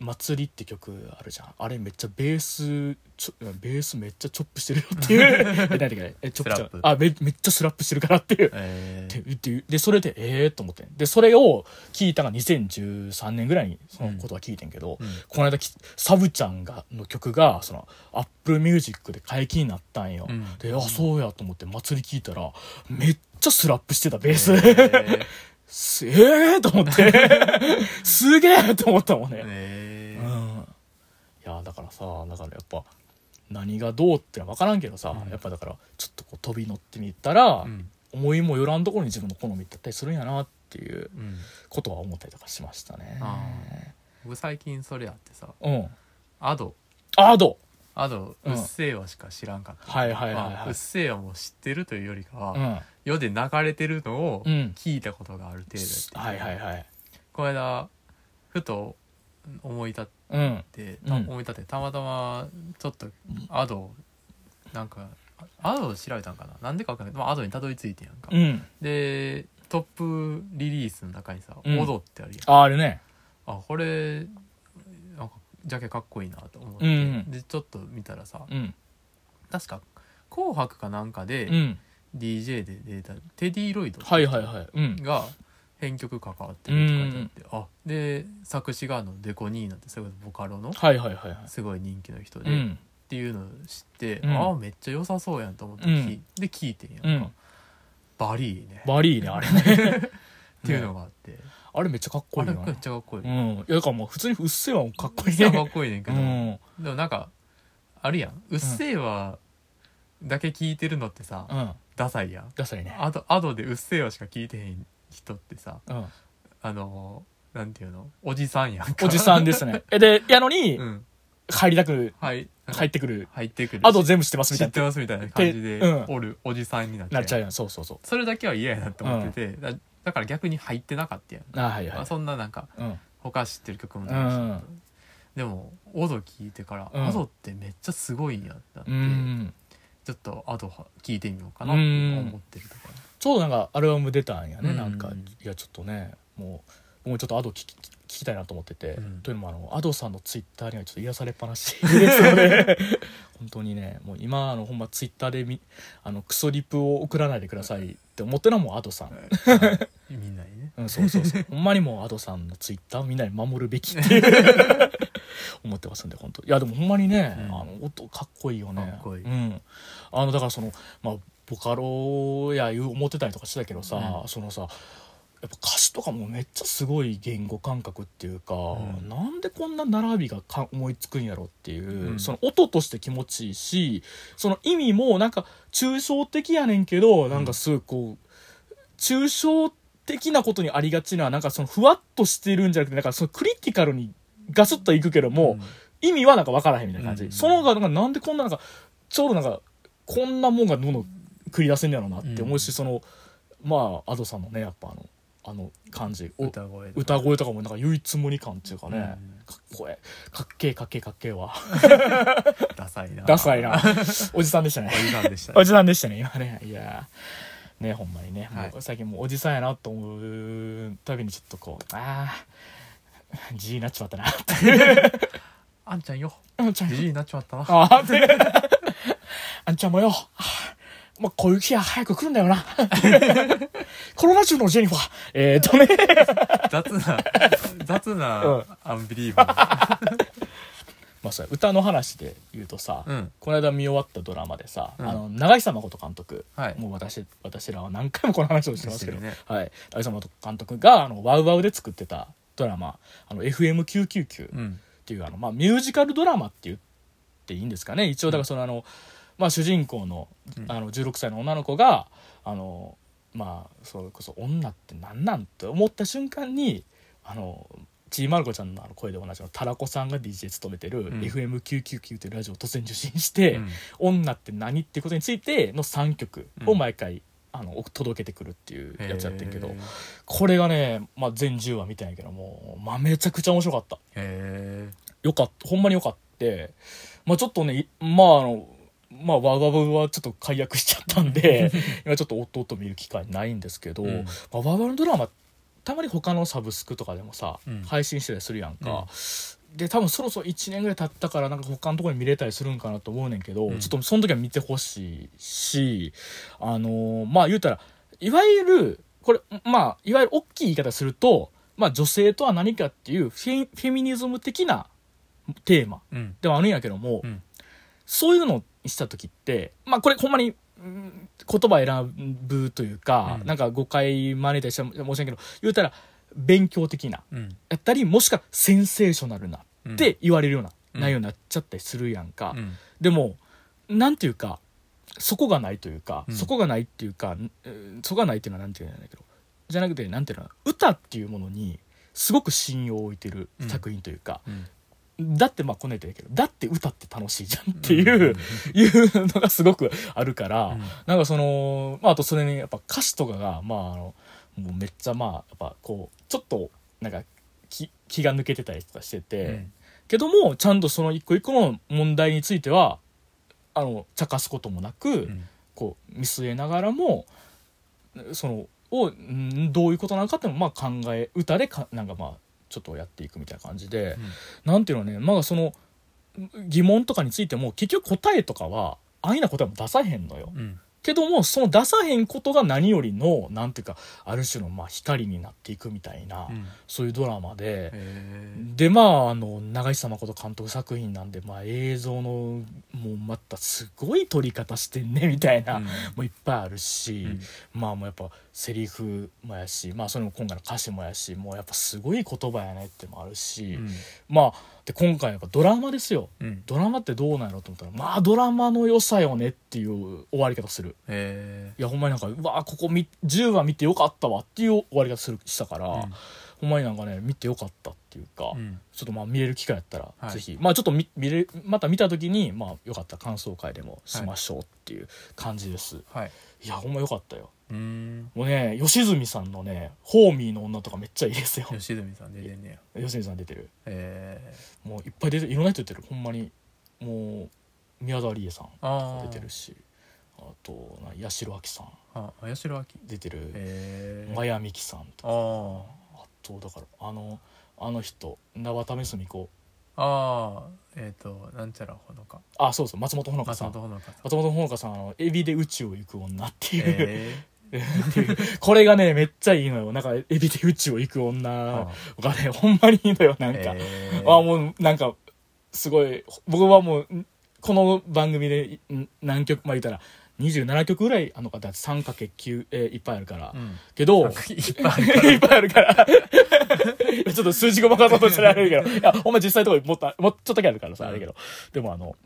祭り」って曲あるじゃんあれめっちゃベースちょベースめっちゃチョップしてるよっていうえ 何だっけえチョップじゃんスラップあめめっちゃスラップしてるからっていう。えってー言ってでそれでええー、と思ってんでそれを聞いたのが2013年ぐらいにそのことは聞いてんけど、うんこの間きサブちゃんがの曲がそのアップルミュージックで解禁になったんよ、うんであそうやと思って祭り聞いたらめっちゃスラップしてたベース、 えすええー、と思って すげえと思ったもんね、ーえうーんいやだからさだからやっぱ何がどうってのは分からんけどさ、うんやっぱだからちょっとこう飛び乗ってみたら、うん思いもよらんところに自分の好みだったりするんやなっていううんことは思ったりとかしましたねあ僕最近それやってさうんアドアドアド「ううんっせーわ」しか知らんかった、はいはいはいはいまあうっせーわ」も知ってるというよりかは、うんは世で流れてるのをうん聞いたことがある程度やって、いはいはいこの間ふと思い立っうんて、うんた思い立ってたまたまちょっとアドなんかアドを調べたんかななんでかわかんないけど、まあ、アドにたどり着いてんやんか、うんでトップリリースの中にさ「うん踊」ってあるやん、ああれねあこれなんかジャケかっこいいなと思って、うんでちょっと見たらさうん確か「紅白」かなんかで、うん DJ で出たテディ・ロイドはいはいはいうんが編曲関わってるって書いてあって、あで作詞があのデコニーナってそれこそボカロのはいはいはいはいすごい人気の人で、うっんていうのを知って、うんああめっちゃ良さそうやんと思ってうん聞い、で聞いてんやんか、うんバリーねっバリーねあれねていうのがあって、あれめっちゃかっこあいいれよめっねちゃかっこいい、うんいやだからもう普通にうっせぇわもかっこいい実はかねっこいいねんけうど、んでもなんかあるやん「うっせぇわ」だけ聞いてるのってさ、うんダサいやんダサいねアドアドで「うっせぇわ」しか聞いてへん人ってさうんあのなんていうのおじさんやんかおじさんですねえでやのに うん、入りたくはい入ってくる入ってくるアド全部知ってますみ知たっいてなますみたいな感じで、うんおるおじさんになっちゃなうっちゃうやんそうそうそうそれだけは嫌やなって思ってて、だだから逆に入ってなかったやん、あはいまはあ、いそんななんかうん他知ってる曲もなういし、んでもオド聞いてから、うんアドってめっちゃすごいんやってなって、うんちょっとアドは聞いてみようかなって思ってると こちょうどなんかアルバム出たんやね、うんなんかいやちょっとねもう僕もちょっとアド聞き聞きたいなと思ってて、うんというのもあのアドさんのツイッターにはちょっと癒されっぱなしですので本当にねもう今あのほんまツイッターでみあのクソリプを送らないでくださいって思ってるのはもうアドさん、みんなにねうん、そうそう そうほんまにもうアドさんのツイッターをみんなに守るべきっていう 思ってますんで本当いやでもほんまにね、うんあの音かっこいいよねかっこいいうん、あのだからそのまあボカロやいう思ってたりとかしてたけどさ、うそのさやっぱ歌詞とかもめっちゃすごい言語感覚っていうか、うんなんでこんな並びがか思いつくんやろっていう、うんその音として気持ちいいしその意味もなんか抽象的やねんけどなんかすごいこう、抽象的なことにありがちな、なんかそのふわっとしてるんじゃなくて、なんかそのクリティカルにガスッといくけども、意味はなんかわからへんみたいな感じ。うんその方がなんかなんでこんななんか、ちょうどなんか、こんなもんがどんどん繰り出せんやろうなって思うし、うんその、まあ、アドさんのね、やっぱあの、あの感じ、うんお歌声とか歌声とかもなんか唯一無二感っていうかね、うんかっこええ、かっけえかっけえかっけえわ。 ダサいなダサい な。おじさんでしたねお。じさんでしたおじさんでしたね今ね いやーねほんまにね、はいもう最近もうおじさんやなと思うたびにちょっとこうあ あじになっちまったなってあんちゃんよあんちゃんじじいになっちまったなあーってあんちゃんもよあーまあ、こういう日は早く来るんだよ な。コロナ中のジェニファー。えー、っとね。雑な雑うなんアンビリーバーまあ、それ歌の話で言うとさ、うんこの間見終わったドラマでさ、うんあの長久誠監督、はいもう私私らは何回もこの話をしてますけど、してるねはい、長久誠監督があのワウワウで作ってたドラマ「あの FM999」うっんていう、あのまあ、ミュージカルドラマって言っていいんですかね一応だからその、あのまあ、主人公のうんあの16歳の女の子があの、まあ、それこそ女ってなんなんって思った瞬間にあのちいまる子ちゃんのあの声でおなじみのたらこさんが DJ 務めてるん FM999 というラジオを突然受信して、うん女って何っていうことについての3曲を毎回、あの届けてくるっていうやつやってるけどへこれがね、まあ、全10話みたいやけども、まあ、めちゃくちゃ面白かった。えよかったほんまによかってまあちょっとねいまああのまあワウワウはちょっと解約しちゃったんで 今ちょっと弟見る機会ないんですけど、うんまあ、ワウワウのドラマたまに他のサブスクとかでもさ、うん配信してたりするやんか、で多分そろそろ1年ぐらい経ったからなんか他のところに見れたりするんかなと思うねんけど、うんちょっとその時は見てほしいしあのーまあ言うたらいわゆるこれまあいわゆる大きい言い方すると、まあ、女性とは何かっていうフェフェミニズム的なテーマうんではあるんやけども、うんそういうのにした時ってまあこれほんまにうん言葉選ぶというか、うんなんか誤解招いたりして申し訳ないけど言うたら勉強的なうんやったりもしくはセンセーショナルなうんって言われるようなうん内容になっちゃったりするやんか、うんでもなんていうかそこがないというか、うんそこがないっていうか、んうんそこがないっていうのはなんていうんだけどじゃなくてなんていうのかな歌っていうものにすごく信用を置いてる作品というか、うんだってまあこんな言ってるけどだって歌って楽しいじゃんっていう、 いうのがすごくあるから、うんなんかその、まあ、あとそれにやっぱ歌詞とかが、まあ、あのもうめっちゃまあやっぱこうちょっとなんか気気が抜けてたりとかしてて、うんけどもちゃんとその一個一個の問題についてはあの茶化すこともなく、うんこう見据えながらもそのをんどういうことなのかっていうのをまあ考え歌でかなんかまあちょっとやっていくみたいな感じで、なんていうのねまだその疑問とかについても結局答えとかは安易な答えも出さへんのよ。うんけどもその出さへんことが何よりのなんていうかある種のまあ光になっていくみたいな、うんそういうドラマで。へーでまああの長久誠監督作品なんで、まあ、映像のもうまたすごい撮り方してんねみたいな、うんもういっぱいあるし、うんまあもうやっぱセリフもやし、まあ、それも今回の歌詞もやしもうやっぱすごい言葉やねってもあるし、うんまあで今回やっぱドラマですようんドラマってどうなんやろうと思ったらまあドラマの良さよねっていう終わり方するへいやほんまになんかうわーここみ10話見てよかったわっていう終わり方するしたから、ーほんまになんかね見てよかったっていうか、うんちょっとまあ見れる機会やったら、はいぜひまあちょっと見見れまた見た時にまあよかったら感想会でもしましょうっていう感じです、い、はいやほんまよかったようーんもうね吉住さんのね「ホーミーの女」とかめっちゃいい ですよ吉住さん出てんねや吉住さん出てるえもういっぱい出てるいろんな人出てるほんまにもう宮沢りえさんああ出てるしあとな八代亜紀さんあ林明へ出てるえマヤミキさんとかあああとだからあのあの人縄田目澄子ああえっ、となんちゃらほのかあそうそう松本穂香松さん本ほのかさん松本穂香さんあのエビで宇宙を行く女っていう、え これがねめっちゃいいのよなんかエビで宇宙を行くー、女あがねほんまにいいのよなんか、えーあもうなんかすごい僕はもうんこの番組でん何曲まあ言ったら27曲ぐらいあの方 3×9、えーいっぱいあるから、うんけどいいっっぱいあるぱいあるから いやちょっと数字が分かったとしたらあれやけどいやほんま実際のとこもっともうちょっとだけあるからさあれやけどでもあの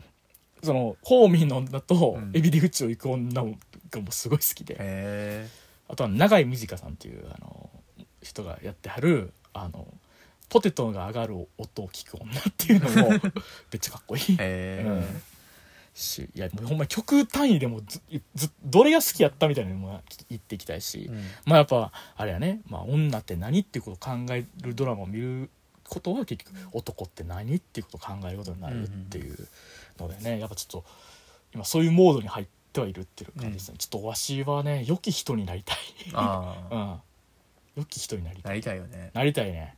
そのホーミーの女とうんエビディウチを行く女もがもうすごい好きで、えあとは永井瑞香さんっていうあの人がやってはるあのポテトが上がる音を聞く女っていうのもめっちゃかっこいいー、えうーんしいやもうほんま曲単位でもずずどれが好きやったみたいなのも言っていきたいし、うんまあやっぱあれやね、まあ、女って何っていうことを考えるドラマを見ることは結局男って何っていうことを考えることになるっていうのでねやっぱちょっと今そういうモードに入ってはいるっていう感じですね、ちょっとわしはね良き人になりたいあうあん良き人になりたいなりたいよねなりたいね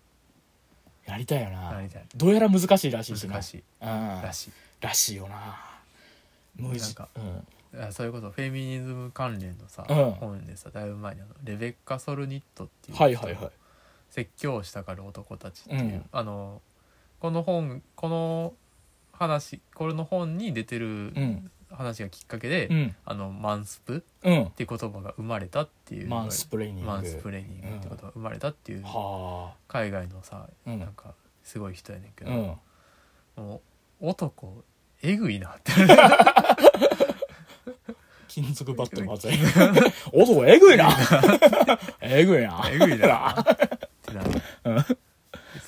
なりたいよななりたいどうやら難しいらしいしな難しいうん、らしいらしいよな無なん事かうんあそういうことフェミニズム関連のさ、うん本でさだいぶ前にあのレベッカ・ソルニットっていう、はいはいはい説教したがる男たちっていう、うんあのこの本この話これの本に出てるうん話がきっかけで、うんあのマンスプっうんていう言葉が生まれたっていうマンスプレーニングマンスプレーニングって言葉が生まれたっていうは海外のさ、あうなんんかすごい人やねんけうど、んもう男えぐいなって金属バットの技 男えぐいなえぐいなえぐいなってなる うん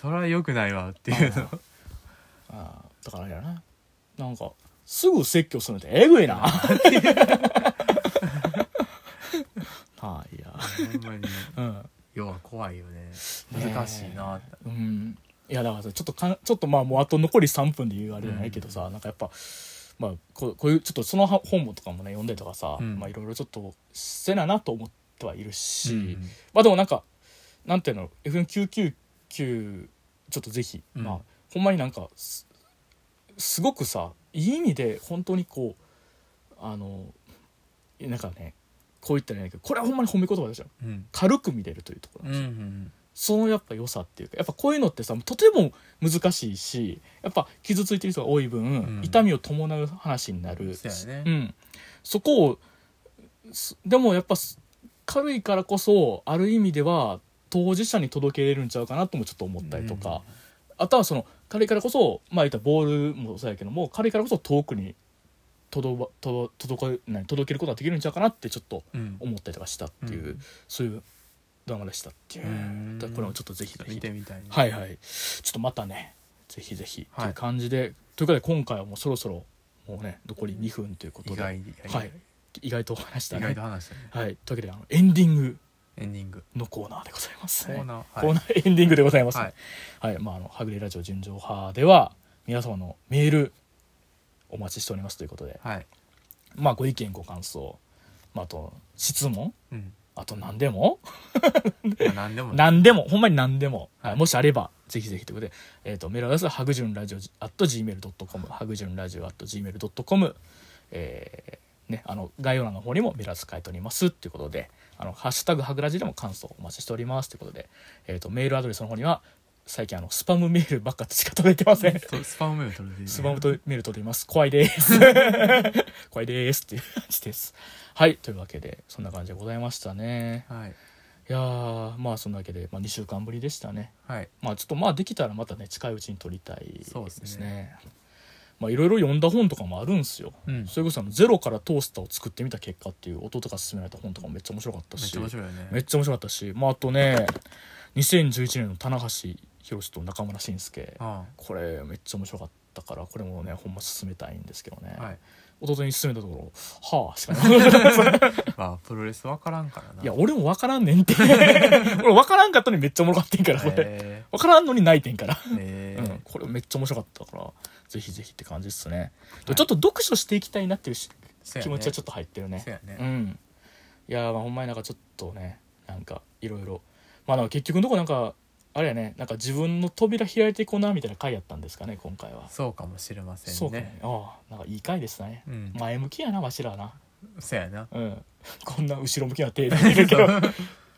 それはよくないわっていうのあーだからあれやななんかすぐ説教するのってえぐいな はいやほんまにうん要は怖いよねねえ難しいなってうんいやだからさちょっとかんちょっとまあもうあと残り3分で言うあれじゃないけどさ、なんかやっぱ、まあ、こうこういうちょっとその本もとかもね読んでとかさ、うんまあいろいろちょっとせななと思ってはいるし、うんまあでもなんかなんていうの FM999 ちょっとぜひ、うんまあほんまになんかすすごくさいい意味で本当にこうあのなんかねこう言ったらいいんだけどこれはほんまに褒め言葉でしょうん軽く見れるというところうんうんそのやっぱ良さっていうかやっぱこういうのってさとても難しいしやっぱ傷ついてる人が多い分、ん痛みを伴う話になるそうやねん、そこをすでもやっぱす軽いからこそある意味では当事者に届けれるんちゃうかなともちょっと思ったりとか、あとはその軽いからこそまあ言ったらボールもそうやけども軽いからこそ遠くに届ば届届か何届けることができるんちゃうかなってちょっとうん思ったりとかしたっていう、うんそういうドラマでしたっていううんだからこれもちょっとぜひぜひ見てみたいねはいはいちょっとまたねぜひぜひはいという感じで、ということで今回はもうそろそろもうね残り2分ということで意外にはい意外とお話し意たね外と話したねはいというわけであのエンディングエンディングのコーナーでございます、コーナーコーナーエンディングでございますはいはい、まあ、あのはぐれラジオ純情派では皆様のメールお待ちしておりますということで、はいまあご意見ご感想、まあ、あと質問うんあと何でもまあ何でもね何でも、ほんまに何でも、はいはいもしあれば、ぜひぜひということで、えっ、と、メールアドレスは、はぐじゅんラジオ .gmail.com、はぐじゅんラジオ .gmail.com、えー、ね、あの、概要欄の方にもメールアドレス書いておりますということで、あの、ハッシュタグはぐらじでも感想お待ちしておりますということで、えっ、と、メールアドレスの方には、最近あの、スパムメールばっかしか届いてません。そうスパムメール取れてるスパムとメール届いてます。怖い です。怖いですっていう感じです。はい、というわけで、そんな感じでございましたね。はいいやーまあそんなわけで、まあ、2週間ぶりでしたねはいまあちょっとまあできたらまたね近いうちに撮りたいですねそうですまあいろいろ読んだ本とかもあるんすよ、うんそれこそあの「ゼロからトースターを作ってみた結果」っていう音とか勧められた本とかもめっちゃ面白かっためっしちゃ面白いよねめっちゃ面白かったし、まあ、あとね2011年の棚橋宏と中村慎介あこれめっちゃ面白かったからこれもねほんま勧めたいんですけどね、あはい弟に勧めたところ「はあ」しかない まあプロレスわからんからないや俺も分からんねんって 俺分からんかったのにめっちゃおもろかってんからこれ、え分からんのに泣いてんから、ーえうん、これめっちゃ面白かったからぜひぜひって感じですね、ちょっと読書していきたいなっていうしー気持ちはちょっと入ってるねそうやねうんいやーまあほんまになんかちょっとねなんかいろいろまあなんか結局のとこなんかあれやねなんか自分の扉開いていこうなみたいな回やったんですかね今回はそうかもしれませんねそうかねああなんかいい回でしたね、うん前向きやなわしらはなそうやなうんこんな後ろ向きな手で言うけ ど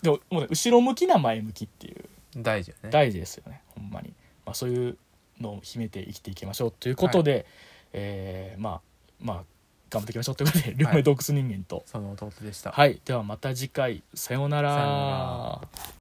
でももう、ね、後ろ向きな前向きっていう大事やね大事ですよねほんまに、まあ、そういうのを秘めて生きていきましょうということで、えーまあまあ頑張っていきましょうということで「両目洞窟人間と」その弟でしたはい、ではまた次回さようなさようなら。